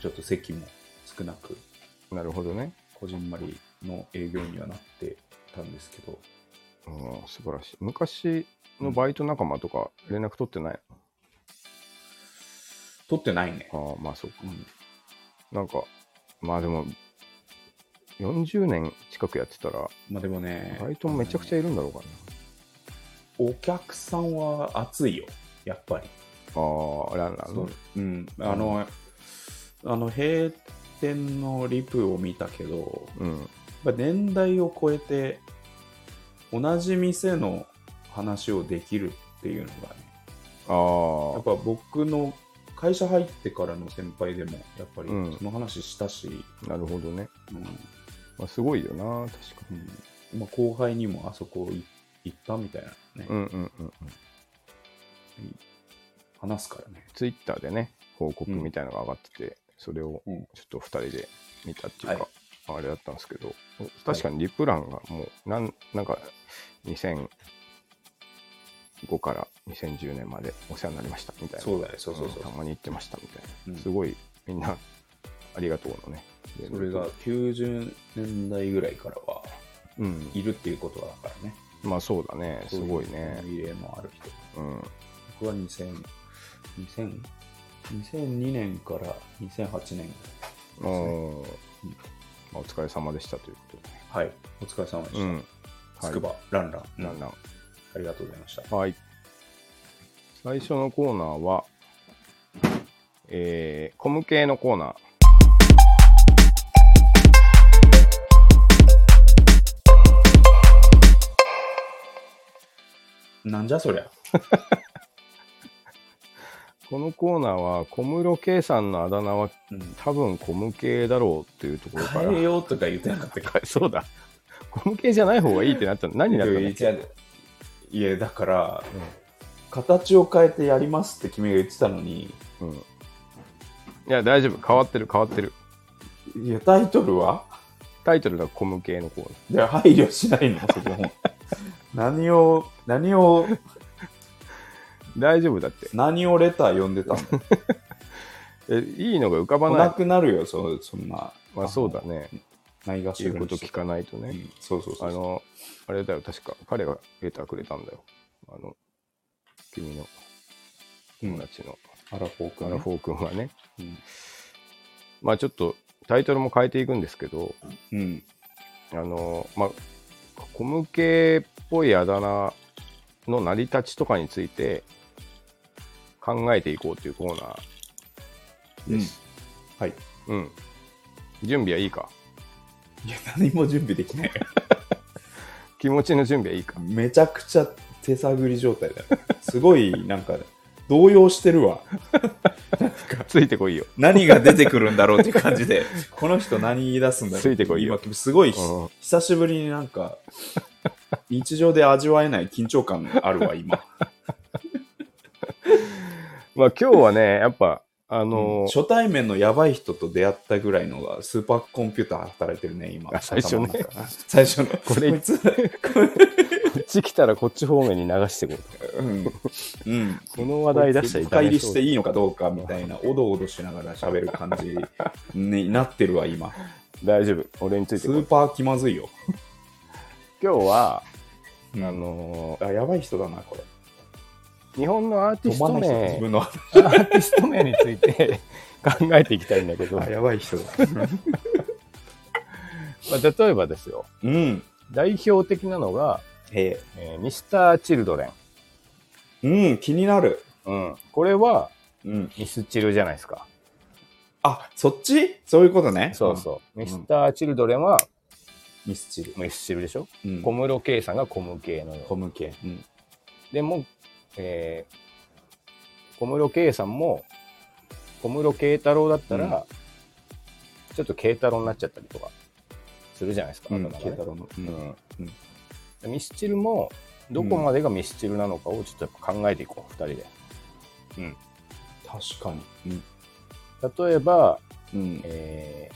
[SPEAKER 2] ちょっと席も少なく
[SPEAKER 1] あ、なるほどね。
[SPEAKER 2] こじんまりの営業にはなってたんですけど
[SPEAKER 1] うん、素晴らしい。昔のバイト仲間とか連絡取ってない
[SPEAKER 2] 取ってないね、
[SPEAKER 1] のああ、まあそうか。
[SPEAKER 2] うん、
[SPEAKER 1] なんか、まあでも、40年近くやってたら、
[SPEAKER 2] まあでもね
[SPEAKER 1] バイトもめちゃくちゃいるんだろうか
[SPEAKER 2] お客さんは熱いよやっぱり
[SPEAKER 1] な。ああ、ランラン
[SPEAKER 2] そ
[SPEAKER 1] の
[SPEAKER 2] う。うんあの、あの閉店のリプを見たけど
[SPEAKER 1] うん。
[SPEAKER 2] やっぱ年代を超えて同じ店の話をできるっていうのがねや
[SPEAKER 1] あ
[SPEAKER 2] っぱ僕の会社入ってからの先輩でもやっぱり
[SPEAKER 1] うん
[SPEAKER 2] その話したし、
[SPEAKER 1] あ、なるほどね。
[SPEAKER 2] うん
[SPEAKER 1] まあ、すごいよな、確か
[SPEAKER 2] うんまあ、後輩にもあそこい行ったみたいなね、
[SPEAKER 1] に。うんうんうん。
[SPEAKER 2] 話すからね
[SPEAKER 1] ツイッターでね、報告みたいなのが上がってて、それを
[SPEAKER 2] うん
[SPEAKER 1] ちょっと2人で見たっていうか、
[SPEAKER 2] は
[SPEAKER 1] あれだったんですけど、確かにリプランがもう、なんなんか、2005から2010年までお世話になりましたみたいな。
[SPEAKER 2] そうだよそうそうそう、
[SPEAKER 1] んたまに行ってましたみたいな。
[SPEAKER 2] うん
[SPEAKER 1] すごい、みんな、ありがとうのね。
[SPEAKER 2] それが90年代ぐらいからは
[SPEAKER 1] うん。
[SPEAKER 2] いるっていうことだからね
[SPEAKER 1] まあそうだね。すごいね
[SPEAKER 2] そう。うリレーもある人
[SPEAKER 1] うん。
[SPEAKER 2] 僕は2000 2000 2002年から2008年
[SPEAKER 1] おおー
[SPEAKER 2] うん
[SPEAKER 1] まあお疲れ様でしたということで。
[SPEAKER 2] はいお疲れ様でした、
[SPEAKER 1] うん。
[SPEAKER 2] つくばランラン、うん
[SPEAKER 1] なんなん。
[SPEAKER 2] ありがとうございました
[SPEAKER 1] はい。最初のコーナーは、えー、コム系のコーナー。
[SPEAKER 2] なんじゃそりゃ
[SPEAKER 1] このコーナーは、小室圭さんのあだ名は
[SPEAKER 2] うん
[SPEAKER 1] 多分コム系だろうっていうところから。
[SPEAKER 2] 変えようとか言ってなかったか
[SPEAKER 1] 変えそうだ。コム系じゃない方がいいってなったの。何だったんだっ
[SPEAKER 2] いや
[SPEAKER 1] け
[SPEAKER 2] いやいやだから、形を変えてやりますって君が言ってたのに
[SPEAKER 1] うん。いや、大丈夫。変わってる、変わってる。
[SPEAKER 2] いやタイトルは
[SPEAKER 1] タイトルがコム系のコーナー。
[SPEAKER 2] で配慮しないのそこ
[SPEAKER 1] *laughs*
[SPEAKER 2] も何を何を
[SPEAKER 1] 大丈夫だって。
[SPEAKER 2] 何をレター読んでたの
[SPEAKER 1] え、いいのが浮かば
[SPEAKER 2] 来
[SPEAKER 1] ない
[SPEAKER 2] な。くなるよそそんな
[SPEAKER 1] まあそうだね。
[SPEAKER 2] ないがし
[SPEAKER 1] 言
[SPEAKER 2] ろ
[SPEAKER 1] う
[SPEAKER 2] に
[SPEAKER 1] こと聞かないとね。
[SPEAKER 2] うんそうそうそう
[SPEAKER 1] あの、あれだよ、確か、彼がレターくれたんだよ。あの、君の友達の、
[SPEAKER 2] アラフォー君
[SPEAKER 1] アラフォー君はね。
[SPEAKER 2] うん
[SPEAKER 1] まあちょっと、タイトルも変えていくんですけど、
[SPEAKER 2] うん
[SPEAKER 1] あの、まあ、コム系っぽいあだ名の成り立ちとかについて、考えていこうというコーナーです。
[SPEAKER 2] はい。 *laughs*
[SPEAKER 1] うん。準備はいいか
[SPEAKER 2] いや、何も準備できない。
[SPEAKER 1] 気持ちの準備はいいか
[SPEAKER 2] めちゃくちゃ手探り状態だよ。すごい、なんか、動揺してるわ。
[SPEAKER 1] ついてこいよ。
[SPEAKER 2] 何が出てくるんだろうっていう感じで、 *laughs* この人何言い出すんだろう。
[SPEAKER 1] ついてこいよ
[SPEAKER 2] 今すごいひ、
[SPEAKER 1] うん
[SPEAKER 2] 久しぶりになんか、日常で味わえない緊張感ある
[SPEAKER 1] *laughs*
[SPEAKER 2] わ、今。
[SPEAKER 1] まあ今日はね、やっぱ、あのー
[SPEAKER 2] 初対面のやばい人と出会ったぐらいのがスーパーコンピューター働いてるね、今。
[SPEAKER 1] あ最初ね
[SPEAKER 2] 頭の中。最初の。
[SPEAKER 1] これ
[SPEAKER 2] いつ、
[SPEAKER 1] こっち来たらこっち方面に流していこう。
[SPEAKER 2] うん。うん。
[SPEAKER 1] この話題出したら
[SPEAKER 2] 深入りして
[SPEAKER 1] い
[SPEAKER 2] いいのかどうかみたいな、おどおどしながら喋る感じになってるわ、今。
[SPEAKER 1] 大丈夫。俺 *laughs* について
[SPEAKER 2] ス
[SPEAKER 1] こ
[SPEAKER 2] ー
[SPEAKER 1] い。
[SPEAKER 2] パー気まずいよ。
[SPEAKER 1] 今日は、
[SPEAKER 2] あ
[SPEAKER 1] あ、の
[SPEAKER 2] あ、やばい人だな、これ。
[SPEAKER 1] ー日本のアーティス
[SPEAKER 2] 止ま
[SPEAKER 1] ト
[SPEAKER 2] んない人、自
[SPEAKER 1] 名、
[SPEAKER 2] 分の。
[SPEAKER 1] アーティスト名について *laughs* 考えていきたいんだけど、ま
[SPEAKER 2] あ、やばい人だ。
[SPEAKER 1] あ、例えばですよ、
[SPEAKER 2] うん。
[SPEAKER 1] 代表的なのが、
[SPEAKER 2] え
[SPEAKER 1] えー、ミスター・チルドレン。
[SPEAKER 2] え。うん、気になる。
[SPEAKER 1] うん、これは
[SPEAKER 2] うん。
[SPEAKER 1] ミスチルじゃないですか。
[SPEAKER 2] あ、そっちそういうことね。
[SPEAKER 1] そうそう。ミスター・チルドレンは
[SPEAKER 2] うん。ミスチル。
[SPEAKER 1] ミスチルでしょ、
[SPEAKER 2] うん
[SPEAKER 1] 小室圭さんが小室圭のよう
[SPEAKER 2] コム系。うん。
[SPEAKER 1] でも、えー小室圭さんも小室圭太郎だったら、ちょっと圭太郎になっちゃったりとかするじゃないですか。
[SPEAKER 2] うん、
[SPEAKER 1] 頭がね
[SPEAKER 2] 慶太郎の。う
[SPEAKER 1] うん
[SPEAKER 2] ん。
[SPEAKER 1] でミスチルもどこまでがミスチルなのかをちょっとやっぱ考えていこう、二人
[SPEAKER 2] 確かに。うん。
[SPEAKER 1] で。例えば、
[SPEAKER 2] うん、
[SPEAKER 1] え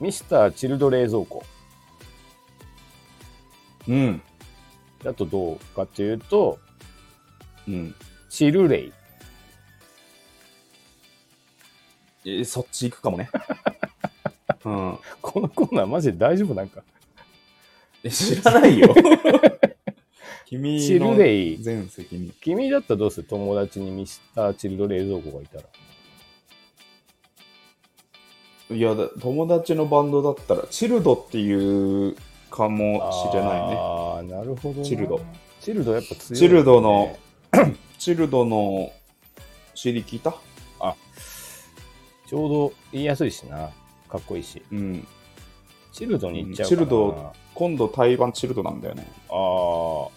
[SPEAKER 1] ーミスター・チルド冷蔵庫。
[SPEAKER 2] うん、
[SPEAKER 1] だとどうかというと、
[SPEAKER 2] うん。
[SPEAKER 1] チルレイ。 *laughs*
[SPEAKER 2] えーそっち行くか *laughs* もね。うん。
[SPEAKER 1] このコーナーマジで大丈夫なんか。
[SPEAKER 2] え知らない *laughs* よ。君
[SPEAKER 1] チ
[SPEAKER 2] の
[SPEAKER 1] ルレイ。
[SPEAKER 2] 全責任。
[SPEAKER 1] 君だったらどうする友達にミスター・チルド冷蔵庫がいたら。
[SPEAKER 2] いやだ、友達のバンドだったら、チルドっていうかもしれないね。
[SPEAKER 1] ああ、なるほどな。
[SPEAKER 2] チルド。
[SPEAKER 1] チルドやっぱ強い、
[SPEAKER 2] チルドの。、チルドの CD 聞いた
[SPEAKER 1] ちょうど言いやすいしな。かっこいいし。
[SPEAKER 2] うん。
[SPEAKER 1] チルドに行っちゃう
[SPEAKER 2] チ
[SPEAKER 1] かな。
[SPEAKER 2] ルド。今度対バンチルドなんだよね。
[SPEAKER 1] あ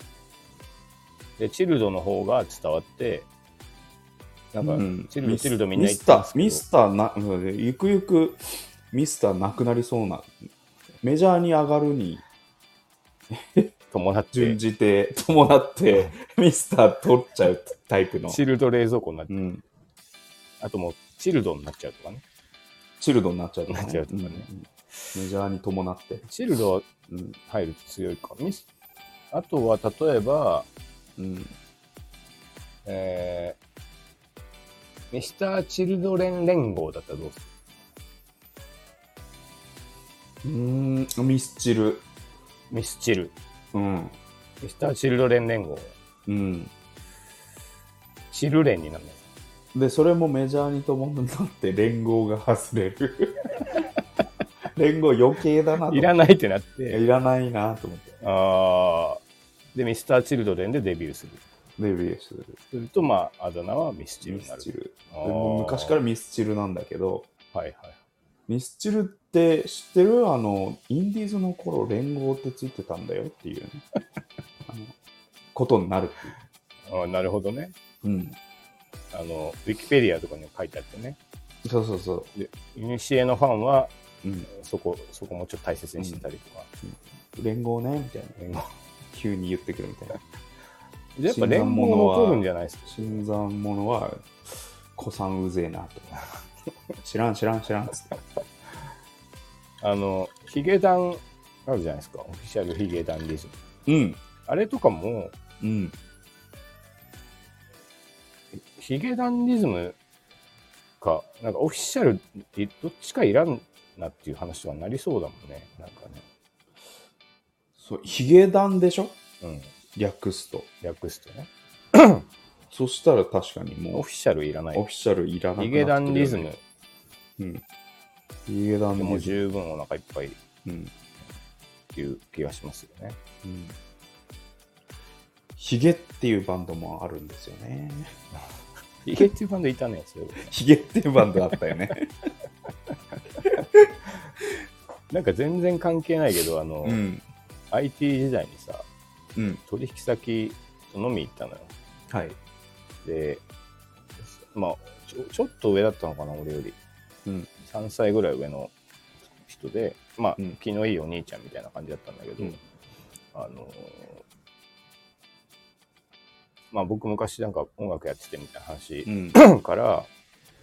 [SPEAKER 1] あ。で、チルドの方が伝わって、なんか、
[SPEAKER 2] うん
[SPEAKER 1] チルド、
[SPEAKER 2] ミス
[SPEAKER 1] チルドみんな
[SPEAKER 2] ミ
[SPEAKER 1] 言っ
[SPEAKER 2] ス
[SPEAKER 1] て
[SPEAKER 2] タ
[SPEAKER 1] ます
[SPEAKER 2] ー、
[SPEAKER 1] けど
[SPEAKER 2] ミスターな、うんゆくゆくミスターなくなりそうな、メジャーに上がるに
[SPEAKER 1] 友
[SPEAKER 2] 準
[SPEAKER 1] 達。
[SPEAKER 2] じて、伴って、ミスター取っちゃうタイプの、
[SPEAKER 1] チルド冷蔵庫になっちゃ
[SPEAKER 2] う
[SPEAKER 1] う。
[SPEAKER 2] ん、
[SPEAKER 1] あともう、チルドになっちゃうとかね。
[SPEAKER 2] チルドになっちゃうとか
[SPEAKER 1] なっちゃうとかね
[SPEAKER 2] んメジャーに伴って。
[SPEAKER 1] チルドは
[SPEAKER 2] うん
[SPEAKER 1] 入ると強いか。ミスあとは、例えば、
[SPEAKER 2] うん
[SPEAKER 1] えー、ミスター・チルドレン連合だったらどうする
[SPEAKER 2] うーん、ミスチル。
[SPEAKER 1] ミスチル。
[SPEAKER 2] うん。
[SPEAKER 1] ミスター・チルドレン連合。
[SPEAKER 2] うん。
[SPEAKER 1] チルレンになるね。
[SPEAKER 2] で、それもメジャーに伴って連合が外れる。 *laughs* 連合余計だなと。
[SPEAKER 1] いらないってなっ
[SPEAKER 2] い
[SPEAKER 1] て。
[SPEAKER 2] やいらないなと思って。
[SPEAKER 1] あーで、ミスター・チルドレンでデビューする。
[SPEAKER 2] デビューする。
[SPEAKER 1] すると、まあ、あだ名はミスチル
[SPEAKER 2] ミ
[SPEAKER 1] にな
[SPEAKER 2] ス
[SPEAKER 1] る。
[SPEAKER 2] チル。
[SPEAKER 1] あ
[SPEAKER 2] で
[SPEAKER 1] ー
[SPEAKER 2] もう昔からミスチルなんだけど、
[SPEAKER 1] はいはい。
[SPEAKER 2] ミスチルって知ってるあの、インディーズの頃、連合ってついてたんだよっていうね。あのことになるってい
[SPEAKER 1] あーなるほどね。
[SPEAKER 2] う。うん。
[SPEAKER 1] あの、ウィキペディアとかにも書いてあってね。
[SPEAKER 2] そうそうそ
[SPEAKER 1] イニシエのファンは、
[SPEAKER 2] う。うん。
[SPEAKER 1] そこ、そこもちょっと大切にしてたりとか。
[SPEAKER 2] 連合ね、みたいな。
[SPEAKER 1] 連合
[SPEAKER 2] 急に言ってくるみたいな。
[SPEAKER 1] でやっぱ連合も取るんじゃないですか。
[SPEAKER 2] 新参者は、古参うぜえなと。 *laughs* 知らん知らん知らんっつって。
[SPEAKER 1] あの、ヒゲダンあるじゃないですか。オフィシャルヒゲダンリズム。
[SPEAKER 2] うん。
[SPEAKER 1] あれとかも、
[SPEAKER 2] うん。
[SPEAKER 1] ヒゲダンリズムか、なんかオフィシャル、いどっちかいらんなっていう話はなりそうだもんね。なんかね。
[SPEAKER 2] そう、ヒゲダンでしょ
[SPEAKER 1] うん。
[SPEAKER 2] 略すと。
[SPEAKER 1] 略すとね。
[SPEAKER 2] そしたら確かにも
[SPEAKER 1] オ
[SPEAKER 2] う
[SPEAKER 1] フィシャルいらな
[SPEAKER 2] オ
[SPEAKER 1] い。
[SPEAKER 2] フィシャルいらなくな
[SPEAKER 1] ヒ
[SPEAKER 2] ってる
[SPEAKER 1] ゲ
[SPEAKER 2] よね
[SPEAKER 1] ダンリズム。
[SPEAKER 2] うん。ヒゲダン
[SPEAKER 1] で
[SPEAKER 2] リ
[SPEAKER 1] も
[SPEAKER 2] ズ
[SPEAKER 1] 十分お腹いっぱいっ
[SPEAKER 2] ム。うん。
[SPEAKER 1] ていう気がしますよね。
[SPEAKER 2] うん。ヒゲっていうバンドもあるんですよね。
[SPEAKER 1] ヒゲっていうバンドいたね、そういえば
[SPEAKER 2] *laughs* ヒゲっていうバンドあった
[SPEAKER 1] *laughs*
[SPEAKER 2] よね。
[SPEAKER 1] なんか全然関係ないけど、あの、
[SPEAKER 2] うん。
[SPEAKER 1] IT 時代にさ、
[SPEAKER 2] うん。
[SPEAKER 1] 取引先と飲み行ったのよ。
[SPEAKER 2] はい。
[SPEAKER 1] で、まあ、ちょちょっと上だったのかな、俺より。
[SPEAKER 2] うん。
[SPEAKER 1] 3歳ぐらい上の人で、まあ、
[SPEAKER 2] うん
[SPEAKER 1] 気のいいお兄ちゃんみたいな感じだったんだけど、
[SPEAKER 2] うん
[SPEAKER 1] あのーまあ僕昔なんか音楽やっててみたいな話
[SPEAKER 2] うん。
[SPEAKER 1] から、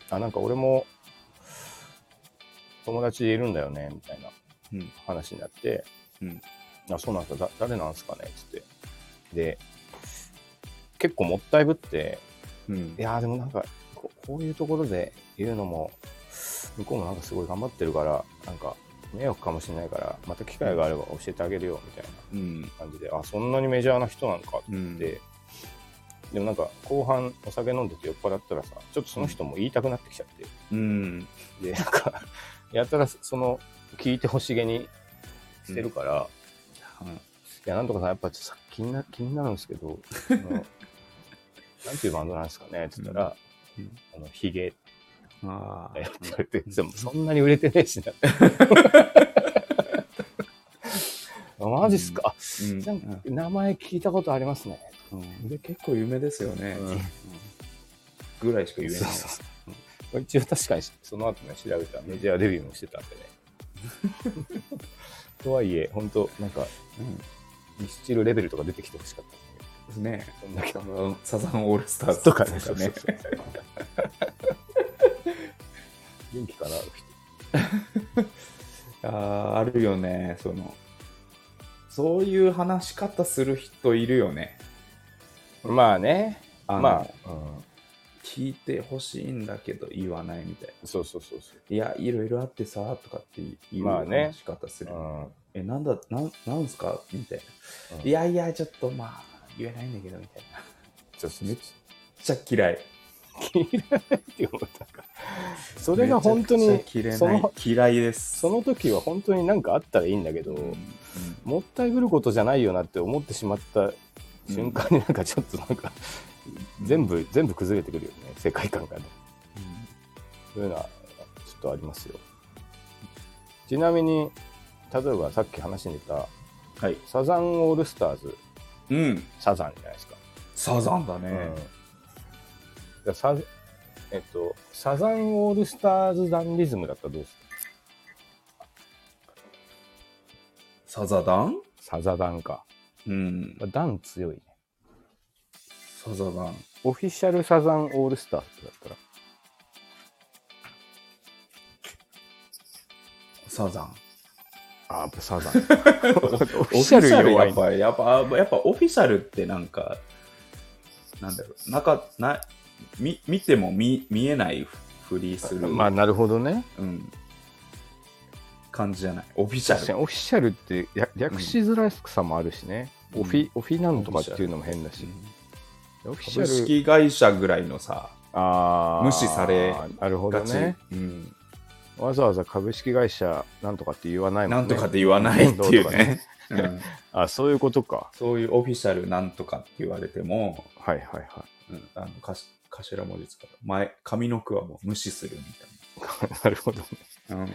[SPEAKER 1] あ、なんか俺も友達いるんだよね、みたいな
[SPEAKER 2] うん。
[SPEAKER 1] 話になって、
[SPEAKER 2] うん
[SPEAKER 1] あ、そうなんだ、だ誰なんすかね、つって。で、結構もったいぶって、
[SPEAKER 2] うん
[SPEAKER 1] い。やーでもなんかここういうところで言うのも向こうもなんかすごい頑張ってるからなんか迷惑かもしれないからまた機会があれば教えてあげるよみたいな
[SPEAKER 2] うん。
[SPEAKER 1] 感じであそんなにメジャーな人なのかって
[SPEAKER 2] う
[SPEAKER 1] 言っ
[SPEAKER 2] ん。
[SPEAKER 1] て、でもなんか後半お酒飲んでて酔っ払ったらさちょっとその人も言いたくなってきちゃって
[SPEAKER 2] うん。
[SPEAKER 1] でなんかやたらその聞いてほしげにしてるから、いやなんとかさんやっぱちょっとさ気にな気になるんですけどその
[SPEAKER 2] *laughs*
[SPEAKER 1] なんていうバンドなんですかねって言ったら、
[SPEAKER 2] うんうん
[SPEAKER 1] あのヒゲ
[SPEAKER 2] あ
[SPEAKER 1] だよって言われて、でもそんなに売れてねえ *laughs* しな。あマジっすか、
[SPEAKER 2] うん
[SPEAKER 1] なんか名前聞いたことありますね。
[SPEAKER 2] うん。で、結構有名ですよね
[SPEAKER 1] うん。
[SPEAKER 2] ぐらいしか言えない。
[SPEAKER 1] そうそうそう一応確かにその後ね調べたらメジャーデビューもしてたんでね。 *laughs* とはいえ、本当なんか
[SPEAKER 2] うん
[SPEAKER 1] ミスチルレベルとか出てきてほしかったんだ
[SPEAKER 2] ですね。
[SPEAKER 1] けど。そんだけ
[SPEAKER 2] サザンサザンオールスターズ
[SPEAKER 1] とかね。
[SPEAKER 2] とかね。
[SPEAKER 1] 元気かなあの人
[SPEAKER 2] あーあるよね。その、そういう話し方する人いるよね。
[SPEAKER 1] まあね。
[SPEAKER 2] あの
[SPEAKER 1] まあ、うん
[SPEAKER 2] 聞いてほしいんだけど言わないみたいな。
[SPEAKER 1] そうそうそうそう。
[SPEAKER 2] いや、いろいろあってさ、とかっていう
[SPEAKER 1] まあね
[SPEAKER 2] 話し方する。
[SPEAKER 1] うん
[SPEAKER 2] え、なんだ、なん、なんすかみたいな。
[SPEAKER 1] うん
[SPEAKER 2] いやいや、ちょっとまあ、言えないんだけど、みたいな。めっ
[SPEAKER 1] そうそうそう
[SPEAKER 2] ちゃ嫌い。
[SPEAKER 1] って思ったからそれが本当に
[SPEAKER 2] めちゃくちゃ
[SPEAKER 1] そ
[SPEAKER 2] 嫌いな
[SPEAKER 1] の
[SPEAKER 2] 嫌いです。
[SPEAKER 1] その時は本当になんかあったらいいんだけど、
[SPEAKER 2] うんうん
[SPEAKER 1] もったいぶることじゃないよなって思ってしまった瞬間になんかちょっとなんか、全部全部崩れてくるよね世界観がねそういうのはちょっとありますよちなみに例えばさっき話に出た
[SPEAKER 2] はい。
[SPEAKER 1] サザンオールスターズ
[SPEAKER 2] うん。
[SPEAKER 1] サザンじゃないですか、
[SPEAKER 2] サザンだね。
[SPEAKER 1] うん、サえっとサザンオールスターズダンリズムだったらどうする
[SPEAKER 2] サザダン
[SPEAKER 1] サザダンか
[SPEAKER 2] うん。
[SPEAKER 1] ダン強いね
[SPEAKER 2] サザダン。
[SPEAKER 1] オフィシャルサザンオールスターズだったら
[SPEAKER 2] サザン。
[SPEAKER 1] あやっぱサザン *laughs* オフィシャル弱
[SPEAKER 2] や
[SPEAKER 1] い
[SPEAKER 2] っぱ、やっぱ、やっぱオフィシャルってなんか、なんだろう、なんか、な、み、見ても見、見えないふふりする、
[SPEAKER 1] まあなるほどね
[SPEAKER 2] うん、感じじゃない。オフィシャ
[SPEAKER 1] 確か
[SPEAKER 2] ル。
[SPEAKER 1] にオフィシャルってや略しづらさもあるしね、
[SPEAKER 2] うん
[SPEAKER 1] オフィオフィなんとかっていうのも変だし、オフィシャ
[SPEAKER 2] 株
[SPEAKER 1] ル
[SPEAKER 2] 式会社ぐらいのさ、
[SPEAKER 1] あー
[SPEAKER 2] 無視され
[SPEAKER 1] なるほど
[SPEAKER 2] ガチ、
[SPEAKER 1] ね
[SPEAKER 2] うん、
[SPEAKER 1] わざわざ株式会社なんとかって言わないも
[SPEAKER 2] なん
[SPEAKER 1] ね
[SPEAKER 2] んとかって言わないっていうね。うん
[SPEAKER 1] あそういうことか
[SPEAKER 2] そういうオフィシャルなんとかって言われても、
[SPEAKER 1] はいはいはい *laughs*
[SPEAKER 2] うん、あのかし頭文字使う。前、上の句はもう無視するみ
[SPEAKER 1] なるほどね
[SPEAKER 2] たいな。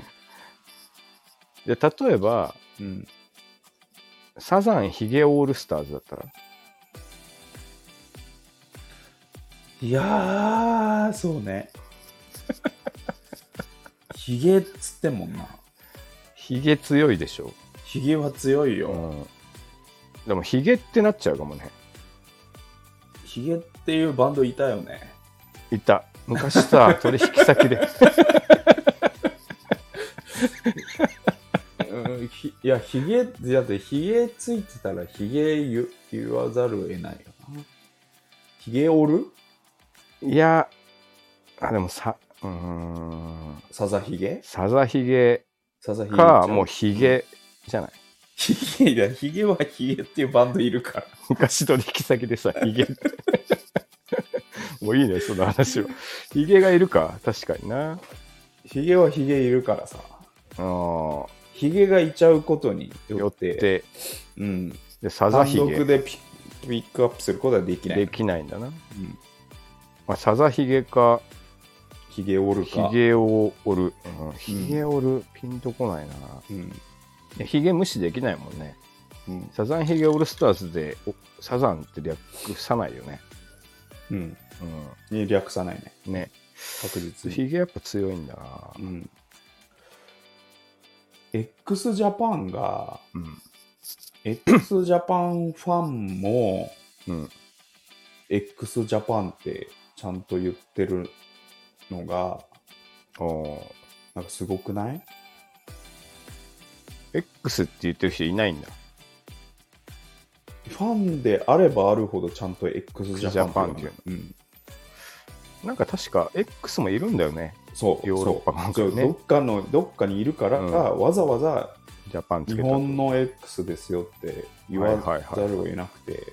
[SPEAKER 1] で例えば
[SPEAKER 2] うん。うん。
[SPEAKER 1] サザンヒゲオールスターズだったら
[SPEAKER 2] いやー、そう *laughs* ね。ヒゲっつってもな。
[SPEAKER 1] ヒゲ強いでしょ
[SPEAKER 2] ヒゲは強いよ。
[SPEAKER 1] うんでもヒゲってなっちゃうかもね
[SPEAKER 2] ヒゲっていうバンドいたよね。
[SPEAKER 1] いた昔
[SPEAKER 2] *laughs*
[SPEAKER 1] さ取引先で
[SPEAKER 2] うん、ひいや、ヒゲ、だってヒゲついてたらヒゲ言言わざるを得ないよな。ヒゲおる
[SPEAKER 1] いやあでもさうーん
[SPEAKER 2] サザヒゲ
[SPEAKER 1] サザヒゲ
[SPEAKER 2] サザヒゲ
[SPEAKER 1] かもうヒゲじゃない
[SPEAKER 2] ヒゲだ、ヒゲはヒゲっていうバンドいるから。
[SPEAKER 1] 昔取引先でさ
[SPEAKER 2] *laughs*
[SPEAKER 1] ヒゲもういいねその話はヒゲがいるか確かにな
[SPEAKER 2] ヒゲはヒゲいるからさ。
[SPEAKER 1] うん
[SPEAKER 2] ヒゲがいちゃうことによ
[SPEAKER 1] よ
[SPEAKER 2] っ、
[SPEAKER 1] ってて
[SPEAKER 2] うん、
[SPEAKER 1] でサザ
[SPEAKER 2] 単
[SPEAKER 1] ヒゲ
[SPEAKER 2] 独でピピックアップすることはできない。
[SPEAKER 1] できないんだな
[SPEAKER 2] うん
[SPEAKER 1] まあ、さざひげか、
[SPEAKER 2] ひげおる
[SPEAKER 1] ひ
[SPEAKER 2] か。
[SPEAKER 1] げを折る。うんひげ折る、ピンとこないな。
[SPEAKER 2] うん。
[SPEAKER 1] いやひげ無視できないもんね。
[SPEAKER 2] うん。
[SPEAKER 1] サザンヒゲオールスターズでおサザンって略さないよね。
[SPEAKER 2] うん。
[SPEAKER 1] う
[SPEAKER 2] に略さないね。
[SPEAKER 1] ん。ね。
[SPEAKER 2] 確実に。
[SPEAKER 1] ヒゲやっぱ強いんだな
[SPEAKER 2] う。ん。x ジャパンが、
[SPEAKER 1] うん。
[SPEAKER 2] x ジャパンファンも、
[SPEAKER 1] うん。
[SPEAKER 2] x ジャパンってちゃんと言ってるのが、
[SPEAKER 1] おー
[SPEAKER 2] なんかすごくない
[SPEAKER 1] X って言ってる人いないんだ。
[SPEAKER 2] ファンであればあるほどちゃんと x ジャパンって言うのうん。
[SPEAKER 1] なんか確か X もいるんだよね。
[SPEAKER 2] そう、
[SPEAKER 1] ヨーロッパ
[SPEAKER 2] そう
[SPEAKER 1] なんかね
[SPEAKER 2] そうどっかの、どっかにいるからか、
[SPEAKER 1] うん
[SPEAKER 2] わざわざ
[SPEAKER 1] ジャパンつけ
[SPEAKER 2] 日
[SPEAKER 1] た。
[SPEAKER 2] 本の X ですよって言わ
[SPEAKER 1] はいはいはい
[SPEAKER 2] ざるを得なくて、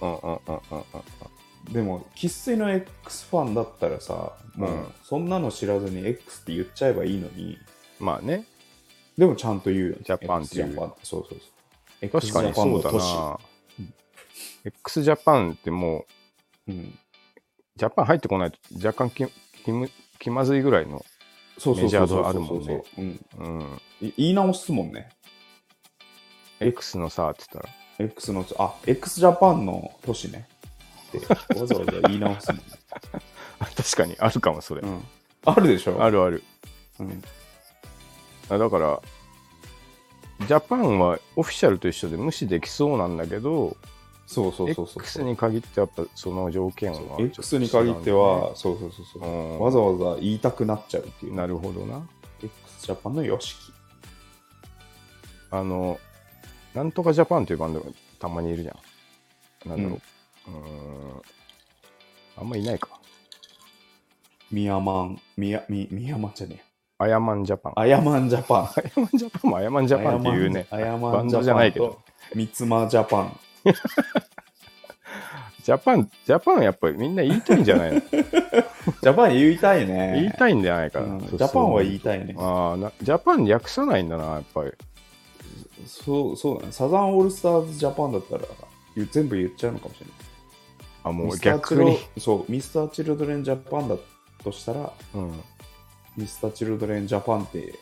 [SPEAKER 1] うんうんうんうんうん。
[SPEAKER 2] でも、生粋の X ファンだったらさ、もう
[SPEAKER 1] うん
[SPEAKER 2] そんなの知らずに X って言っちゃえばいいのに、
[SPEAKER 1] まあね。
[SPEAKER 2] でもちゃんと言うよね。
[SPEAKER 1] ジャパンっていう
[SPEAKER 2] X ジャパンそうそうそう。
[SPEAKER 1] 確かにそうだ
[SPEAKER 2] X ジャパ
[SPEAKER 1] な。X ジャパンってもう、
[SPEAKER 2] ンの都市うん
[SPEAKER 1] ジャパン入ってこないと若干ききむ気まずいぐらいの。
[SPEAKER 2] そうそうそうそう。
[SPEAKER 1] メジャードあるもんね
[SPEAKER 2] うん。
[SPEAKER 1] うん。
[SPEAKER 2] い言い直すもんね。
[SPEAKER 1] X のさって言ったら。
[SPEAKER 2] X の、あ、X ジャパンの都市ね。ってわざわざ言い直すもんね。
[SPEAKER 1] あ *laughs* 確かにあるかも、それ
[SPEAKER 2] う。ん。あるでしょ
[SPEAKER 1] あ
[SPEAKER 2] る。
[SPEAKER 1] るある。
[SPEAKER 2] うん
[SPEAKER 1] あだからジャパンはオフィシャルと一緒で無視できそうなんだけど
[SPEAKER 2] そうそうそうそう。
[SPEAKER 1] X に限ってやっぱその条件はちょっと
[SPEAKER 2] X に限っては、そうそうそうそう、
[SPEAKER 1] うん
[SPEAKER 2] わざわざ言いたくなっちゃうってい
[SPEAKER 1] 違うんだよねな
[SPEAKER 2] う。
[SPEAKER 1] るほどな
[SPEAKER 2] X ジャパンの YOSHIKI。
[SPEAKER 1] あのなんとかジャパンというバンドがたまにいるじゃんなんだろう,、うーんあんまいないか
[SPEAKER 2] ミヤマン、ミヤ、ミミヤマンじゃねえや。
[SPEAKER 1] アヤマンジャパンア
[SPEAKER 2] アヤマンジャパン。
[SPEAKER 1] ヤマンジャパンもアヤマンジャパンっていうね
[SPEAKER 2] アヤ
[SPEAKER 1] バ
[SPEAKER 2] マン
[SPEAKER 1] ン
[SPEAKER 2] ジ
[SPEAKER 1] ド
[SPEAKER 2] ャパン
[SPEAKER 1] じゃないけど。
[SPEAKER 2] ミツマジャパン。
[SPEAKER 1] ジャパンジャパンやっぱりみんな言いたいんじゃ
[SPEAKER 2] *laughs*
[SPEAKER 1] ないの
[SPEAKER 2] ジャパン言いたいね。
[SPEAKER 1] 言いたいんじゃないかな、
[SPEAKER 2] うん
[SPEAKER 1] そう
[SPEAKER 2] ジ
[SPEAKER 1] そう
[SPEAKER 2] ャパンは言いたいね。
[SPEAKER 1] あーなジャパン略さないんだなやっぱり
[SPEAKER 2] そう、そうだね。サザンオールスターズジャパンだったら、言う全部言っちゃうのかもしれない。
[SPEAKER 1] あも
[SPEAKER 2] ミ
[SPEAKER 1] う
[SPEAKER 2] スターチ
[SPEAKER 1] 逆
[SPEAKER 2] ル
[SPEAKER 1] に、
[SPEAKER 2] そう、ミスターチルドレンジャパンだとしたら、
[SPEAKER 1] うん、
[SPEAKER 2] ミスターチルドレンジャパンって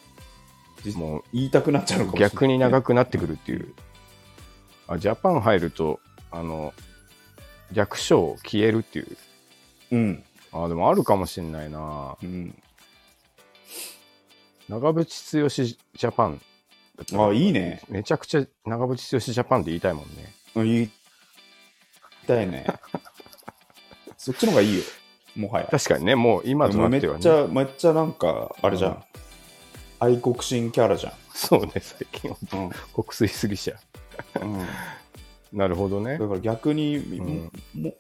[SPEAKER 2] じ
[SPEAKER 1] もう
[SPEAKER 2] 言いたくなっちゃうのかもしれない。
[SPEAKER 1] 逆に長くなってくるっていう。あジャパン入ると、あの、略称消えるっていう。
[SPEAKER 2] うん。
[SPEAKER 1] あでもあるかもしんないな。
[SPEAKER 2] うん。
[SPEAKER 1] 長渕剛ジャパン。
[SPEAKER 2] あ、いいね。
[SPEAKER 1] めちゃくちゃ長渕剛ジャパンって言いたいもんね。
[SPEAKER 2] うん言いたいね。 *laughs* そっちの方がいいよ。もはや。
[SPEAKER 1] 確かにね、もう今とな
[SPEAKER 2] め
[SPEAKER 1] っては
[SPEAKER 2] っ
[SPEAKER 1] ね。
[SPEAKER 2] ちゃ、めっちゃなんか、あれじゃん。
[SPEAKER 1] うん
[SPEAKER 2] 愛国心キャラじゃん。
[SPEAKER 1] そうね、最近は
[SPEAKER 2] うん。
[SPEAKER 1] 国粋すぎちゃ
[SPEAKER 2] うん、だ
[SPEAKER 1] う。なるほどね。
[SPEAKER 2] から逆に、
[SPEAKER 1] ん
[SPEAKER 2] も、も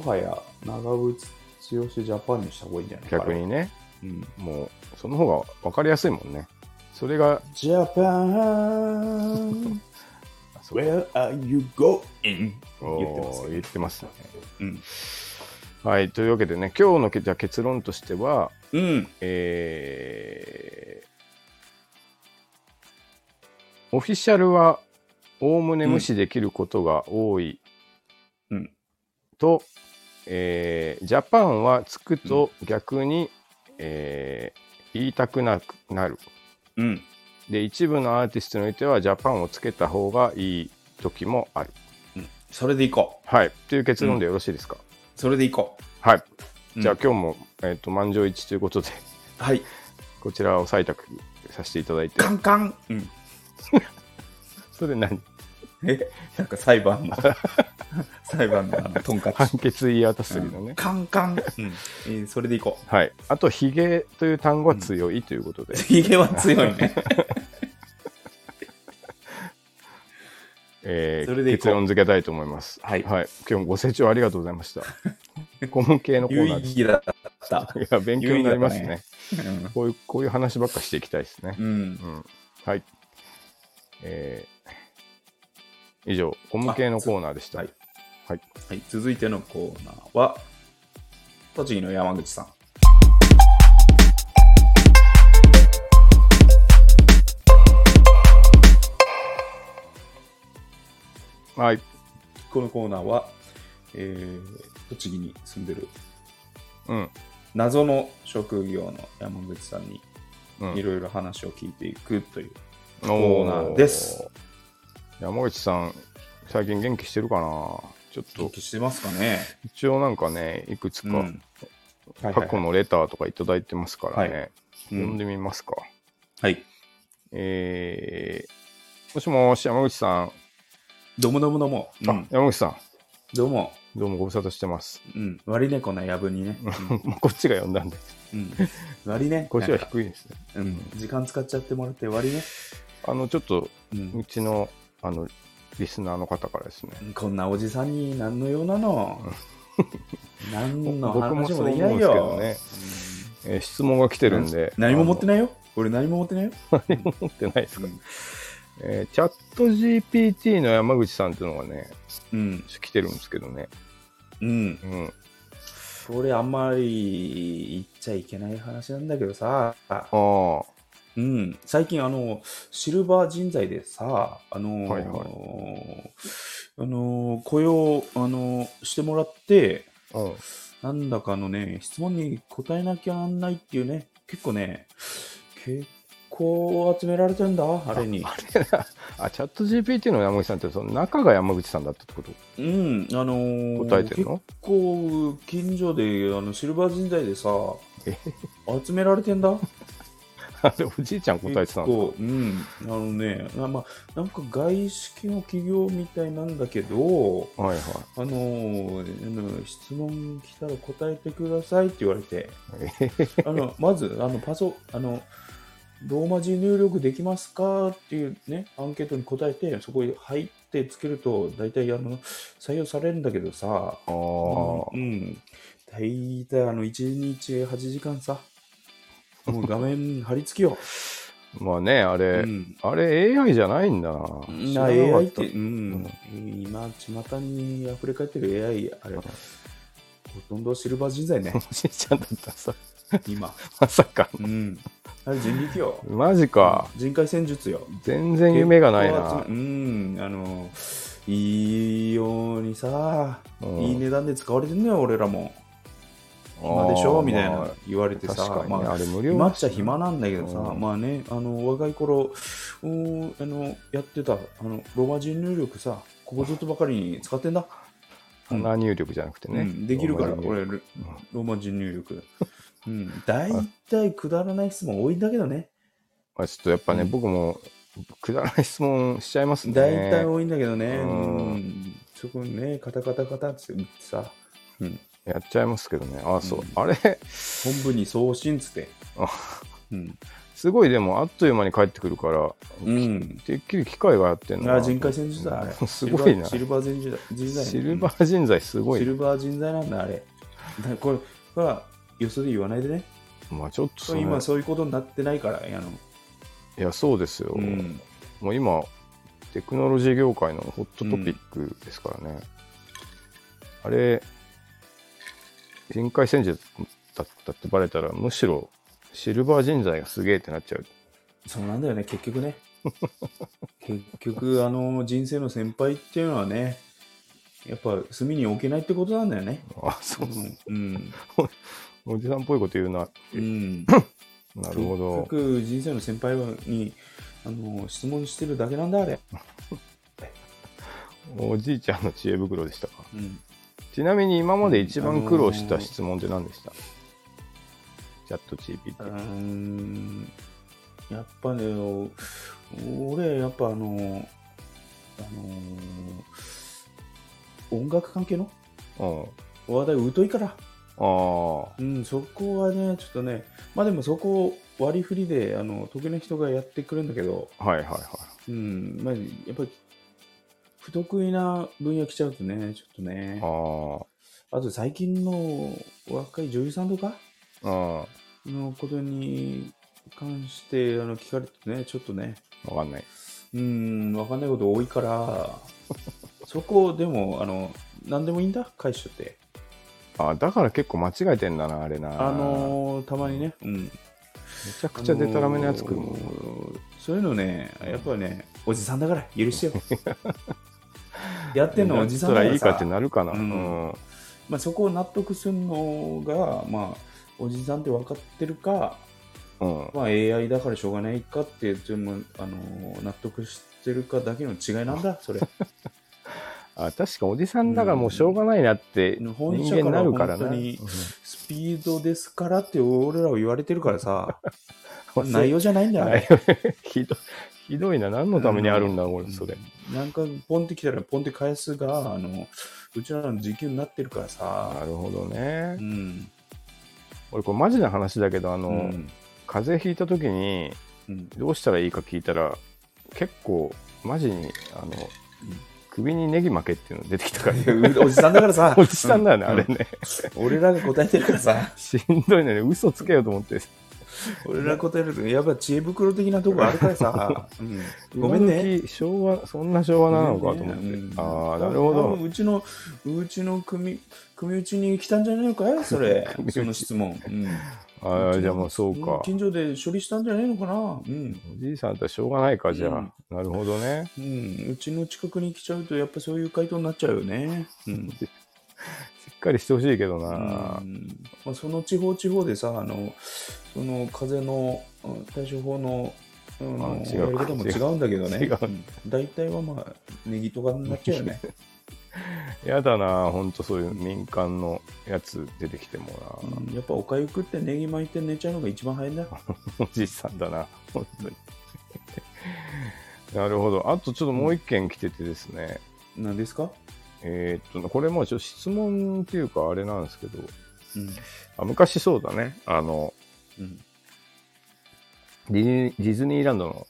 [SPEAKER 2] もはや、長渕剛ジャパンにした方がいいんじゃない
[SPEAKER 1] 逆に。ね、
[SPEAKER 2] うん。
[SPEAKER 1] もう、その方が分かりやすいもんね。それが、
[SPEAKER 2] ジャパ
[SPEAKER 1] *laughs*
[SPEAKER 2] ン、where are you going? 言ってます
[SPEAKER 1] お
[SPEAKER 2] よ
[SPEAKER 1] ー言ってますね。
[SPEAKER 2] うん。
[SPEAKER 1] はい、というわけでね、今日のけじゃあ結論としては、
[SPEAKER 2] うん。
[SPEAKER 1] えーオフィシャルはおおむね無視できることが多い
[SPEAKER 2] うん。
[SPEAKER 1] と、えージャパンはつくと逆に、えー言いたくなくなる
[SPEAKER 2] うん。
[SPEAKER 1] で一部のアーティストにおいてはジャパンをつけた方がいい時もある
[SPEAKER 2] それでいこう。
[SPEAKER 1] はいという結論でよろしいですか、
[SPEAKER 2] それでいこ
[SPEAKER 1] はい、
[SPEAKER 2] うん
[SPEAKER 1] じゃあ今日も、えー、と満場一致ということで *laughs*
[SPEAKER 2] う。はい。
[SPEAKER 1] こちらを採択させていただいて
[SPEAKER 2] カンカン。うん。
[SPEAKER 1] それで
[SPEAKER 2] *laughs*
[SPEAKER 1] 何
[SPEAKER 2] え、なんか裁判 *laughs* の、裁判のあの、トンカ
[SPEAKER 1] 判
[SPEAKER 2] チ。
[SPEAKER 1] 決言い渡するのね、
[SPEAKER 2] カンカン。うん。えーそれでいこう。
[SPEAKER 1] はい、あと「ひげ」という単語は強いという
[SPEAKER 2] *laughs*
[SPEAKER 1] ことで、
[SPEAKER 2] ヒゲは強い *laughs* ね。
[SPEAKER 1] えー
[SPEAKER 2] それでいこう
[SPEAKER 1] 結論付けたいと思います、
[SPEAKER 2] はい
[SPEAKER 1] 今日もご清聴ありがとうございま
[SPEAKER 2] *laughs*
[SPEAKER 1] した顧問系のコ
[SPEAKER 2] 有
[SPEAKER 1] ー
[SPEAKER 2] 意
[SPEAKER 1] ナーです
[SPEAKER 2] 義だった。
[SPEAKER 1] いや勉強になりますね
[SPEAKER 2] 有意義
[SPEAKER 1] こういうこういう話ばっかしていきたいですね、
[SPEAKER 2] うん。
[SPEAKER 1] うんはいえー以上顧問系のコーナーでした
[SPEAKER 2] あ
[SPEAKER 1] は
[SPEAKER 2] はいい、はい、続いてのコーナーは、栃木の山口さん。
[SPEAKER 1] はい
[SPEAKER 2] このコーナーは、えー栃木に住んでる
[SPEAKER 1] うん。
[SPEAKER 2] 謎の職業の山口さんに
[SPEAKER 1] うん
[SPEAKER 2] いろいろ話を聞いていくという、
[SPEAKER 1] お
[SPEAKER 2] コーナーです。
[SPEAKER 1] 山口さん、最近元気してるかなちょっ
[SPEAKER 2] 元
[SPEAKER 1] と、
[SPEAKER 2] 気してますかね、
[SPEAKER 1] 一応なんかね、いくつ
[SPEAKER 2] う
[SPEAKER 1] か、
[SPEAKER 2] んはいは
[SPEAKER 1] 過
[SPEAKER 2] い
[SPEAKER 1] 去のレターとかいただいてますからね、
[SPEAKER 2] うん
[SPEAKER 1] 読んでみますか。
[SPEAKER 2] はい
[SPEAKER 1] えー、もしもし、山口さん。
[SPEAKER 2] どうもどうもどうも、う
[SPEAKER 1] あ
[SPEAKER 2] ん、
[SPEAKER 1] 山口さん、
[SPEAKER 2] どうも、
[SPEAKER 1] どうもご無沙汰してます。 *laughs*
[SPEAKER 2] うん、割り猫なやぶにね、うん
[SPEAKER 1] まあこっちが呼んだんで、
[SPEAKER 2] うん、割り
[SPEAKER 1] *laughs*
[SPEAKER 2] ね
[SPEAKER 1] こっち
[SPEAKER 2] な
[SPEAKER 1] は
[SPEAKER 2] んか
[SPEAKER 1] 低い
[SPEAKER 2] *laughs*
[SPEAKER 1] ですね。
[SPEAKER 2] うん、時間使っちゃってもらって割りね、
[SPEAKER 1] あの、ちょっと、
[SPEAKER 2] うん
[SPEAKER 1] うちの、あの、リスナーの方からですね、
[SPEAKER 2] こんなおじさんに何の用な
[SPEAKER 1] *laughs*
[SPEAKER 2] の何の
[SPEAKER 1] 僕も
[SPEAKER 2] 話
[SPEAKER 1] そ
[SPEAKER 2] も
[SPEAKER 1] う
[SPEAKER 2] でき
[SPEAKER 1] 思う
[SPEAKER 2] な
[SPEAKER 1] んです
[SPEAKER 2] い
[SPEAKER 1] け
[SPEAKER 2] よ
[SPEAKER 1] ど、ね、えー質問が来てるんで、
[SPEAKER 2] 何も持って
[SPEAKER 1] ない
[SPEAKER 2] ないよ俺何も持ってないよ、
[SPEAKER 1] 持ってないですか、
[SPEAKER 2] うん
[SPEAKER 1] えーチャット GPT の山口さんっていうのがね、
[SPEAKER 2] うん
[SPEAKER 1] 来てるんですけどね、
[SPEAKER 2] うん、
[SPEAKER 1] うん、
[SPEAKER 2] これあんまり言っちゃいけない話なんだけどさ、
[SPEAKER 1] ああ、
[SPEAKER 2] うん、最近あのシルバー人材でさあのー
[SPEAKER 1] はいは
[SPEAKER 2] あのー雇用、あのーしてもらって
[SPEAKER 1] うん、
[SPEAKER 2] なんだかのね質問に答えなきゃなんないっていうね結構ね結構集められてんだあれに
[SPEAKER 1] あれなあ、チャット GPT の山口さんって、その中が山口さんだったってこと
[SPEAKER 2] うんあのー
[SPEAKER 1] 答えてるの
[SPEAKER 2] 結構近所であのシルバー人材でさ
[SPEAKER 1] え
[SPEAKER 2] 集められてんだ
[SPEAKER 1] *laughs* あれ、おじいちゃん答えてたんですか
[SPEAKER 2] 結構うん、あのねな,、まあ、なんか外資系の企業みたいなんだけど、
[SPEAKER 1] はいはい。
[SPEAKER 2] あのーあの質問来たら答えてくださいって言われてあのまずあのパソあのローマ字入力できますかっていうねアンケートに答えてそこに「はい」ってつけると大体あの採用されるんだけどさ
[SPEAKER 1] ああ、
[SPEAKER 2] うん、大体あの1日8時間さもう画面貼り付きよ、
[SPEAKER 1] まあね、あれ、
[SPEAKER 2] うん
[SPEAKER 1] あれ AI じゃないんだな。知
[SPEAKER 2] な
[SPEAKER 1] らなか
[SPEAKER 2] AI
[SPEAKER 1] っ
[SPEAKER 2] って、
[SPEAKER 1] た
[SPEAKER 2] うん、今、巷に溢れ返ってる AI、あれ、
[SPEAKER 1] うん
[SPEAKER 2] ほとんどシルバー人材ね、
[SPEAKER 1] おじいちゃんだったさ、
[SPEAKER 2] 今。
[SPEAKER 1] まさか。
[SPEAKER 2] うん。あれ、人力よ。
[SPEAKER 1] マジか。
[SPEAKER 2] 人海戦術よ。
[SPEAKER 1] 全然夢がない
[SPEAKER 2] 結構
[SPEAKER 1] な
[SPEAKER 2] 集。めうん、あの、いいようにさ、
[SPEAKER 1] うん
[SPEAKER 2] いい値段で使われてんのよ、俺らも。
[SPEAKER 1] あ
[SPEAKER 2] 暇
[SPEAKER 1] ー
[SPEAKER 2] でしょみたい
[SPEAKER 1] ま
[SPEAKER 2] な
[SPEAKER 1] あ
[SPEAKER 2] 言われて
[SPEAKER 1] 確か
[SPEAKER 2] さ、
[SPEAKER 1] にね
[SPEAKER 2] まあ
[SPEAKER 1] あれ無料
[SPEAKER 2] 暇っちゃ暇なんだけどさ、
[SPEAKER 1] うん
[SPEAKER 2] まあね、あの若い頃うーんあのやってたあのロマ人入力さ、ここずっとばかりに使ってんだ。うん
[SPEAKER 1] 鼻入力じゃなくて
[SPEAKER 2] う
[SPEAKER 1] ね
[SPEAKER 2] ん、。できるから、
[SPEAKER 1] ローマ字入力
[SPEAKER 2] 俺、ロロマ人入力。うん、大体くだらない質問多いんだけどね。
[SPEAKER 1] まあちょっとやっぱね、
[SPEAKER 2] うん
[SPEAKER 1] 僕もくだらない質問しちゃいますね。
[SPEAKER 2] 大体多いんだけどね。う
[SPEAKER 1] うん
[SPEAKER 2] ん、そこにね、カタカタカタって言ってさ、うん、
[SPEAKER 1] やっちゃいますけどね。ああ、そう。
[SPEAKER 2] うん
[SPEAKER 1] あれ、 *laughs*
[SPEAKER 2] 本部に送信っつって。
[SPEAKER 1] あ
[SPEAKER 2] うん、
[SPEAKER 1] すごいでもあっという間に帰ってくるから、
[SPEAKER 2] うん。
[SPEAKER 1] てっきり機械がやってんの
[SPEAKER 2] あ人海戦術だ、あれ。
[SPEAKER 1] *laughs* すごいな。
[SPEAKER 2] シルバーシルバー人材。人材
[SPEAKER 1] シルバー人材すご
[SPEAKER 2] シ
[SPEAKER 1] いな。
[SPEAKER 2] ルバー人材なんだ、あれ。だからこれ、これは、よそで言わないでね。
[SPEAKER 1] まあちょっとその
[SPEAKER 2] 今、そういうことになってないから、あの、
[SPEAKER 1] いや、そうですよ。
[SPEAKER 2] うん、
[SPEAKER 1] もう今、テクノロジー業界のホットトピックですからね。あれ、人海戦術だったってバレたら、むしろシルバー人材がすげえってなっちゃう。
[SPEAKER 2] そうなんだよね、結局ね。 *laughs* 結局、あの、人生の先輩っていうのはね、やっぱ、隅に置けないってことなんだよね。
[SPEAKER 1] あ、そう。
[SPEAKER 2] うん。
[SPEAKER 1] おじさんっぽいこと言う *laughs* な。
[SPEAKER 2] うん。
[SPEAKER 1] なるほ
[SPEAKER 2] 結
[SPEAKER 1] ど。
[SPEAKER 2] 局、人生の先輩に、あの、質問してるだけなんだ、あれ。
[SPEAKER 1] おじいちゃんの知恵袋でしたか。
[SPEAKER 2] うん。
[SPEAKER 1] ちなみに今まで一番苦労した質問って何でした、チャット GPT。
[SPEAKER 2] うーんやっぱね、お俺、やっぱあの、あの、音楽関係の
[SPEAKER 1] うん、
[SPEAKER 2] 話題疎いから、
[SPEAKER 1] あ
[SPEAKER 2] うん、そこはね、ちょっとね、まあでもそこを割り振りで、あの、得意な人がやってくれるんだけど、
[SPEAKER 1] あ、はいはいはい。
[SPEAKER 2] うん、まあ、やっぱり、不得意な分野来ちゃうとね、ちょっとね、
[SPEAKER 1] あ
[SPEAKER 2] あと最近の若い女優さんとか
[SPEAKER 1] あ、うん
[SPEAKER 2] のことに関して、あの、聞かれてね、ちょっとね、
[SPEAKER 1] わかんない。
[SPEAKER 2] うーん、わかんないこと多いから、そこでも、あの、何でもいいんだ、返しとって。
[SPEAKER 1] あだから結構間違えてんだな、あれな。
[SPEAKER 2] あのーたまにね、うん。め
[SPEAKER 1] めちゃくちゃデタラメなやつくるもん。 *laughs*
[SPEAKER 2] そういうのね、やっぱね、おじさんだから許してよ。やってんのはおじさんだ
[SPEAKER 1] だったらい
[SPEAKER 2] から
[SPEAKER 1] いか
[SPEAKER 2] さ
[SPEAKER 1] ってなるかな。
[SPEAKER 2] う
[SPEAKER 1] うんん。
[SPEAKER 2] まあ、そこを納得するのが、まあ、おじさんって分かってるか、
[SPEAKER 1] うん。
[SPEAKER 2] まあ、AI だからしょうがないかってでもあの納得してるかだけの違いなんだそれ
[SPEAKER 1] あ、確かおじさんだからもうしょうがないなって、人
[SPEAKER 2] 本社
[SPEAKER 1] 間
[SPEAKER 2] か
[SPEAKER 1] にな
[SPEAKER 2] ら
[SPEAKER 1] るから
[SPEAKER 2] 本
[SPEAKER 1] な。う
[SPEAKER 2] 当に
[SPEAKER 1] ん
[SPEAKER 2] スピードですからって俺らを言われてるか
[SPEAKER 1] *laughs*
[SPEAKER 2] らさ内容じゃないんだよあれ
[SPEAKER 1] ひどい、 *laughs* ひどいな。何のためにあるんだ、俺、それ。
[SPEAKER 2] なんかポンってきたらポンって返すがあのうちらの時給になってるからさ
[SPEAKER 1] なるほどね
[SPEAKER 2] う。ん
[SPEAKER 1] 俺、これマジな話だけど、あ
[SPEAKER 2] う
[SPEAKER 1] の、
[SPEAKER 2] ん
[SPEAKER 1] 風邪ひいた時に、 *laughs*
[SPEAKER 2] うん
[SPEAKER 1] どうしたらいいか聞いたら、結構、マジに、あの、首にネギ負けっていうの出てきたから、
[SPEAKER 2] おじさんだからさ
[SPEAKER 1] *laughs* おじさんだよね、
[SPEAKER 2] う
[SPEAKER 1] あれね。
[SPEAKER 2] 俺らが答えてるからさ
[SPEAKER 1] しんどいのに嘘つけようと思って。
[SPEAKER 2] 俺らが答えるとやっぱ知恵袋的なとこあるか
[SPEAKER 1] *laughs*
[SPEAKER 2] らさ、うんごめんね
[SPEAKER 1] 今時昭和、そんな昭和なのかと思って。
[SPEAKER 2] うん
[SPEAKER 1] ああ、なるほ
[SPEAKER 2] 多
[SPEAKER 1] ど
[SPEAKER 2] 分。うちの、うちの組、組打ちに来たんじゃないのかいそれ
[SPEAKER 1] *laughs* 組、打ち
[SPEAKER 2] その質問。うん
[SPEAKER 1] ああ、じゃあもうそうか。
[SPEAKER 2] 近所で処理したんじゃないのかなうん。
[SPEAKER 1] おじいさんとはしょうがないか、じゃあ。なるほどね。
[SPEAKER 2] うん。うちの近くに来ちゃうと、やっぱそういう回答になっちゃうよね。
[SPEAKER 1] *laughs*
[SPEAKER 2] うん。
[SPEAKER 1] しっかりしてほしいけど
[SPEAKER 2] うん
[SPEAKER 1] な。
[SPEAKER 2] まあ、その地方地方でさ、あの、その風のうん対処法の、うん
[SPEAKER 1] あ
[SPEAKER 2] やり
[SPEAKER 1] 違うか
[SPEAKER 2] 方も違うんだけどね。
[SPEAKER 1] 違う
[SPEAKER 2] うん大体はまあ、ネギとかになっちゃうよね。
[SPEAKER 1] やだな、ほんとそういう民間のやつ出てきても
[SPEAKER 2] うんやっぱおかゆ食ってネギ巻いて寝ちゃうのが一番早いんだ。
[SPEAKER 1] な。おじいさんだな、ほんとに。 *laughs* なるほど。あとちょっともう一件来ててですね。
[SPEAKER 2] 何ですか
[SPEAKER 1] えーっと、これもうちょっと質問っていうかあれなんですけど、
[SPEAKER 2] うん。
[SPEAKER 1] あ昔そうだね。あの、
[SPEAKER 2] うん。
[SPEAKER 1] ディズニーディズニーランドの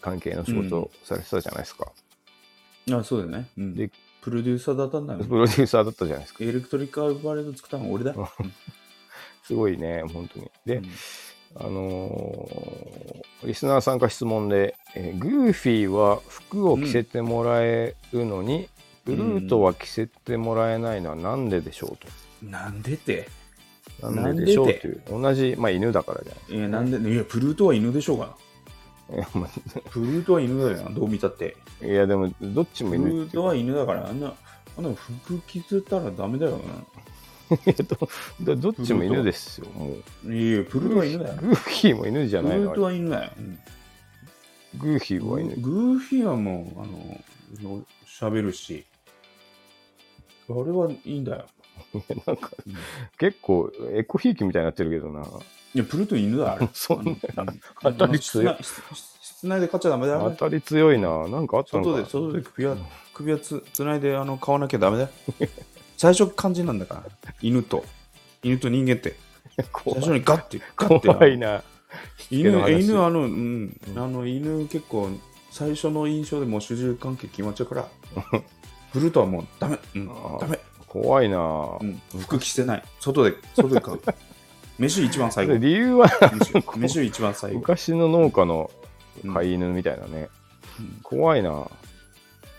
[SPEAKER 1] 関係の仕事をされてたじゃないですか。
[SPEAKER 2] あ、そうだよね。うん、
[SPEAKER 1] で
[SPEAKER 2] プロデューサーだったんだよ、
[SPEAKER 1] プロデューサーだったじゃないですか。
[SPEAKER 2] エレクトリカルバレード作ったの俺だ。
[SPEAKER 1] すごいね、本当に。で、
[SPEAKER 2] うん
[SPEAKER 1] あのーリスナーさんから質問で、えーグーフィーは服を着せてもらえるのに、
[SPEAKER 2] うん
[SPEAKER 1] ブルートは着せてもらえないのはなんででしょうと。
[SPEAKER 2] なんでって。うん
[SPEAKER 1] なんででしょ
[SPEAKER 2] な
[SPEAKER 1] うん
[SPEAKER 2] で
[SPEAKER 1] という。同じ、まあ犬だからじゃない
[SPEAKER 2] いや、なんで、いや、プルートは犬でしょうが。
[SPEAKER 1] いや。ま
[SPEAKER 2] プルートは犬だよな、どう見たって。
[SPEAKER 1] あいや、 *laughs* でも、どっちも
[SPEAKER 2] プル
[SPEAKER 1] 犬
[SPEAKER 2] ー
[SPEAKER 1] ってい
[SPEAKER 2] ト
[SPEAKER 1] う *laughs* か
[SPEAKER 2] は犬だから、あんな、あんな服着せたらダメだよ
[SPEAKER 1] いやどどどっちも犬ですよ、もう。
[SPEAKER 2] な。いやいや、プルートは犬だよ。
[SPEAKER 1] グーフィーも犬じゃ
[SPEAKER 2] プル
[SPEAKER 1] ないの
[SPEAKER 2] ートは犬だよ。うん
[SPEAKER 1] グーフィー
[SPEAKER 2] グ
[SPEAKER 1] は犬
[SPEAKER 2] ー。グーフィーはもう、あの、喋るし。あれはいいんだよ。
[SPEAKER 1] なんか
[SPEAKER 2] うん、
[SPEAKER 1] 結構、エコひいきみたいになってるけどな。。
[SPEAKER 2] いや、プルート犬だ、あれ
[SPEAKER 1] そんな
[SPEAKER 2] あの、うん
[SPEAKER 1] 当たり
[SPEAKER 2] 室
[SPEAKER 1] 強い
[SPEAKER 2] 内室室内で勝っちゃダメだよ。あ
[SPEAKER 1] 当
[SPEAKER 2] れ
[SPEAKER 1] たり強いな。なんかあったの
[SPEAKER 2] 外
[SPEAKER 1] か
[SPEAKER 2] で、
[SPEAKER 1] な
[SPEAKER 2] 外で首は、首はつつないであの買わなきゃダメだよ。最初、肝心なんだから。犬と、犬と人間って。最
[SPEAKER 1] *laughs* 怖
[SPEAKER 2] 初にガッて、ガッ
[SPEAKER 1] い
[SPEAKER 2] てな。
[SPEAKER 1] 怖いな。
[SPEAKER 2] 犬、
[SPEAKER 1] の話
[SPEAKER 2] 犬、あの、うん、あの、犬結構、最初の印象でもう主従関係決まっちゃう
[SPEAKER 1] *laughs*
[SPEAKER 2] から、ブルートはもうダメ、うん
[SPEAKER 1] あー、
[SPEAKER 2] ダメ、
[SPEAKER 1] 怖いな
[SPEAKER 2] う。ん、服着せない。外で、外で
[SPEAKER 1] *laughs*
[SPEAKER 2] 買う。飯一番最後
[SPEAKER 1] で。理由は、
[SPEAKER 2] 飯飯一番最後。
[SPEAKER 1] 昔の農家の
[SPEAKER 2] うん
[SPEAKER 1] 飼い犬みたいなね
[SPEAKER 2] うん。
[SPEAKER 1] 怖いな。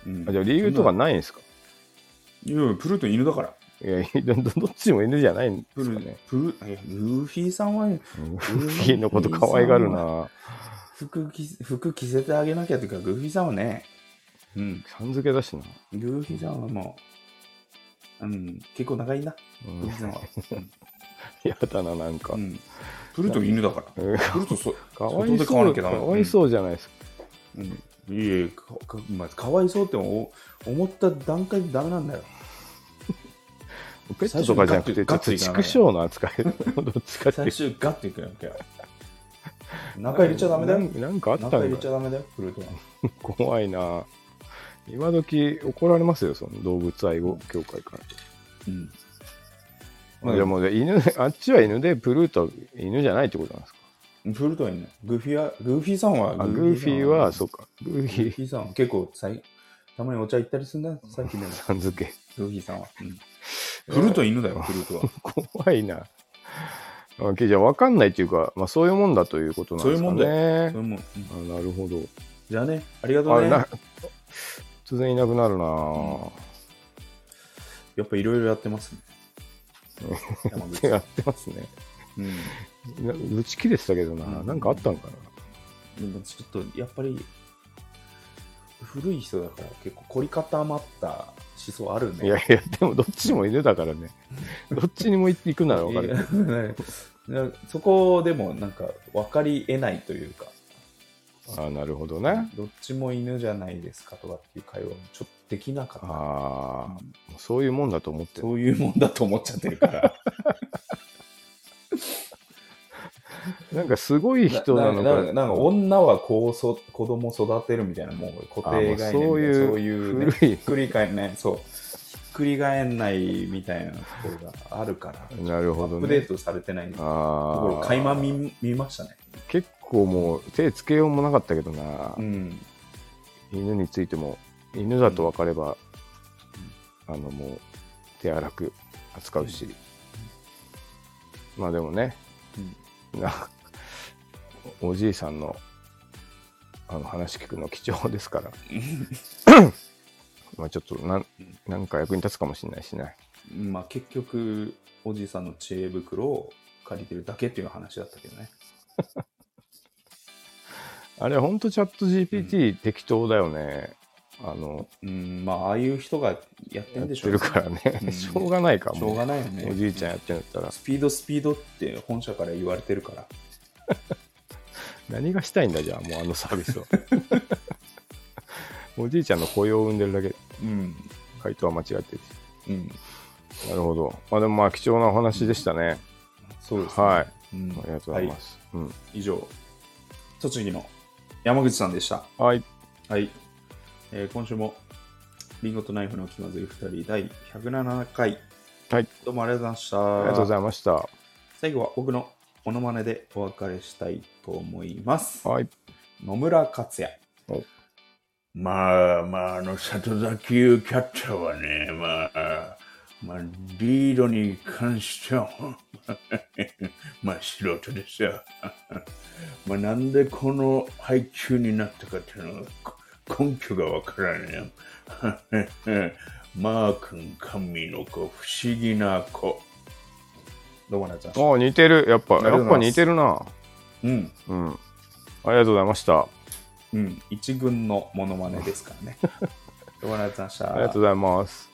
[SPEAKER 2] うん
[SPEAKER 1] あじゃあ理由とかないんですか
[SPEAKER 2] いやいやプルート犬だから。
[SPEAKER 1] いや、どどどっちも犬じゃないんで
[SPEAKER 2] プ
[SPEAKER 1] す
[SPEAKER 2] ル、
[SPEAKER 1] かね。
[SPEAKER 2] プル、えルーフィーさんは
[SPEAKER 1] うんグー *laughs* フィーのこと可愛がるな。
[SPEAKER 2] 服着せ、服着せてあげなきゃというか、グーフィーさんはね、うん、
[SPEAKER 1] さん付けだしな。
[SPEAKER 2] グーフィーさんはもう、うん、結構長いんだ、
[SPEAKER 1] う
[SPEAKER 2] グ
[SPEAKER 1] ん
[SPEAKER 2] ーフィーさんは。
[SPEAKER 1] やだな、なんか
[SPEAKER 2] う。ん。プルート犬だから。
[SPEAKER 1] うん
[SPEAKER 2] プルートそ、
[SPEAKER 1] かわ
[SPEAKER 2] 外
[SPEAKER 1] い
[SPEAKER 2] で飼わ
[SPEAKER 1] そ
[SPEAKER 2] な
[SPEAKER 1] う、
[SPEAKER 2] きゃ
[SPEAKER 1] か
[SPEAKER 2] ダメ
[SPEAKER 1] わいそうじゃないですか。
[SPEAKER 2] うん、いえいえかか,、まあ、かわいそうって思思った段階でダメなんだよ。
[SPEAKER 1] ペットとかじゃなくて、ちょ
[SPEAKER 2] ガ
[SPEAKER 1] っ
[SPEAKER 2] ッツ
[SPEAKER 1] と
[SPEAKER 2] リガッツリ行か
[SPEAKER 1] 畜
[SPEAKER 2] ない
[SPEAKER 1] 生の扱い。ど
[SPEAKER 2] *laughs*
[SPEAKER 1] っちかってい
[SPEAKER 2] 最
[SPEAKER 1] う
[SPEAKER 2] 終ガッていくわけ
[SPEAKER 1] *laughs*
[SPEAKER 2] よ。中入れちゃダメだよ
[SPEAKER 1] な。んなんかあった
[SPEAKER 2] 中入
[SPEAKER 1] ん
[SPEAKER 2] れちゃ
[SPEAKER 1] か
[SPEAKER 2] ダメだよ、プルートは。
[SPEAKER 1] 怖いな。今時怒られますよ、その動物愛護協会から。
[SPEAKER 2] うん。
[SPEAKER 1] あじゃあもう犬、 *laughs* あっちは犬で、プルートは犬じゃないってことなんですか。
[SPEAKER 2] プルートはいいの。グーフィーは、グーフィーさんは、。
[SPEAKER 1] あグーフィーは、そううか、グーフ
[SPEAKER 2] グー
[SPEAKER 1] ィ
[SPEAKER 2] フィーさんは結構さい、たまにお茶行ったりするんだ、さっきでも
[SPEAKER 1] ー、。さん付け。 *laughs*
[SPEAKER 2] グーフィーさんは。フルート犬だよ、フルートは。
[SPEAKER 1] 怖いな。あじゃあ分かんないっていうか、まあ、そういうもんだということなんですかね。
[SPEAKER 2] そう
[SPEAKER 1] いう
[SPEAKER 2] それもうん
[SPEAKER 1] あなるほど。
[SPEAKER 2] じゃあね、ありがと
[SPEAKER 1] あ
[SPEAKER 2] うね。
[SPEAKER 1] れな
[SPEAKER 2] や
[SPEAKER 1] 突然いなくなるな、
[SPEAKER 2] っぱいろいろやってますね。山
[SPEAKER 1] *laughs*
[SPEAKER 2] 口
[SPEAKER 1] やってますね。
[SPEAKER 2] うん
[SPEAKER 1] な打ち切れてたけどな、
[SPEAKER 2] うん
[SPEAKER 1] なんかあったんかな。
[SPEAKER 2] でもちょっと、やっぱり、古い人だから結構凝り固まった想あるね。
[SPEAKER 1] いやいや、でもどっちも犬だから
[SPEAKER 2] *laughs*
[SPEAKER 1] ね。どっちにも行くならわかるけど。
[SPEAKER 2] いやそこでもなんか分かり得ないというか、
[SPEAKER 1] ああ、なるほどね。
[SPEAKER 2] どっちも犬じゃないですかとかっていう会話もちょっとできなかっ。
[SPEAKER 1] ああ、そういうもんだと思ったてる。
[SPEAKER 2] そういうもんだと思っちゃってるから。
[SPEAKER 1] なんかすごい *laughs* 人なの
[SPEAKER 2] な
[SPEAKER 1] か。
[SPEAKER 2] んかなんか女はこうそ子供育てるみたいなもう固
[SPEAKER 1] あ
[SPEAKER 2] 定
[SPEAKER 1] ーも
[SPEAKER 2] 概念みたいうな
[SPEAKER 1] そういう
[SPEAKER 2] そういうね、
[SPEAKER 1] 古い
[SPEAKER 2] ひっくり返んないそうひっくり返んないみたいなところがあるから、
[SPEAKER 1] なる
[SPEAKER 2] ア
[SPEAKER 1] ほど
[SPEAKER 2] ップデ
[SPEAKER 1] ね
[SPEAKER 2] ー。トされてないところ
[SPEAKER 1] あ
[SPEAKER 2] 垣間
[SPEAKER 1] あ、
[SPEAKER 2] 見見ましたね
[SPEAKER 1] 結構もう手つけようもなかったけどな
[SPEAKER 2] う。ん
[SPEAKER 1] 犬についても犬だと分かれば、あのもう手荒く扱うし、まあでもね、なおじいさんのあの話聞くの貴重です
[SPEAKER 2] *laughs*
[SPEAKER 1] からまあちょっとなんなんか役に立つかもしれないしね
[SPEAKER 2] まあ結局おじいさんの知恵袋を借りてるだけっていう話だったけどね
[SPEAKER 1] あれほんとチャット GPT 適当だよね、あの
[SPEAKER 2] うんまあああいう人がやって
[SPEAKER 1] や
[SPEAKER 2] る
[SPEAKER 1] っ
[SPEAKER 2] ん
[SPEAKER 1] て
[SPEAKER 2] でしょ
[SPEAKER 1] るからね、
[SPEAKER 2] うん
[SPEAKER 1] しょうがないか
[SPEAKER 2] しょう
[SPEAKER 1] も
[SPEAKER 2] がないよね
[SPEAKER 1] おじいちゃんやってんだったら
[SPEAKER 2] スピードスピードって本社から言われてるから
[SPEAKER 1] 何がしたいんだじゃあもうあのサービ
[SPEAKER 2] *laughs*
[SPEAKER 1] スはおじいちゃんの雇用を生んでるだけ
[SPEAKER 2] うん
[SPEAKER 1] 回答は間違ってる
[SPEAKER 2] うん
[SPEAKER 1] しなるほどまあでもまあ貴重なお話でしたね、
[SPEAKER 2] そうですね
[SPEAKER 1] はいあ
[SPEAKER 2] うん
[SPEAKER 1] りがとうございます、うん
[SPEAKER 2] 以上、栃木の山口さんでした。
[SPEAKER 1] はい
[SPEAKER 2] はい。えー今週も、リンゴとナイフの気まずい2人、第107回。
[SPEAKER 1] はい
[SPEAKER 2] どうもありがとうございました。
[SPEAKER 1] あ
[SPEAKER 2] あ
[SPEAKER 1] りがとうございました
[SPEAKER 2] 最後は僕のモノマネでお別れしたいと思います。
[SPEAKER 1] はい
[SPEAKER 2] 野村克也。
[SPEAKER 1] お
[SPEAKER 2] まあまあ、あの、里崎優キャッチャーはね、まあ、まあ、リードに関しては、 *laughs* まあ、素人ですよ。 *laughs* まあ、なんでこの配給になったかっていうのは、こ根拠がわからねえ。 *laughs* マー君、神の子、不思議な子。どうもありがとうございました
[SPEAKER 1] ああ似てるやっぱ
[SPEAKER 2] りがとう
[SPEAKER 1] や
[SPEAKER 2] ご
[SPEAKER 1] っ
[SPEAKER 2] ざ
[SPEAKER 1] ぱ
[SPEAKER 2] います
[SPEAKER 1] 似てるな
[SPEAKER 2] うん。
[SPEAKER 1] うんありがとうございました
[SPEAKER 2] *laughs* うん、一軍のモノマネですからね。どうもありがとうございました。
[SPEAKER 1] ありがとうございます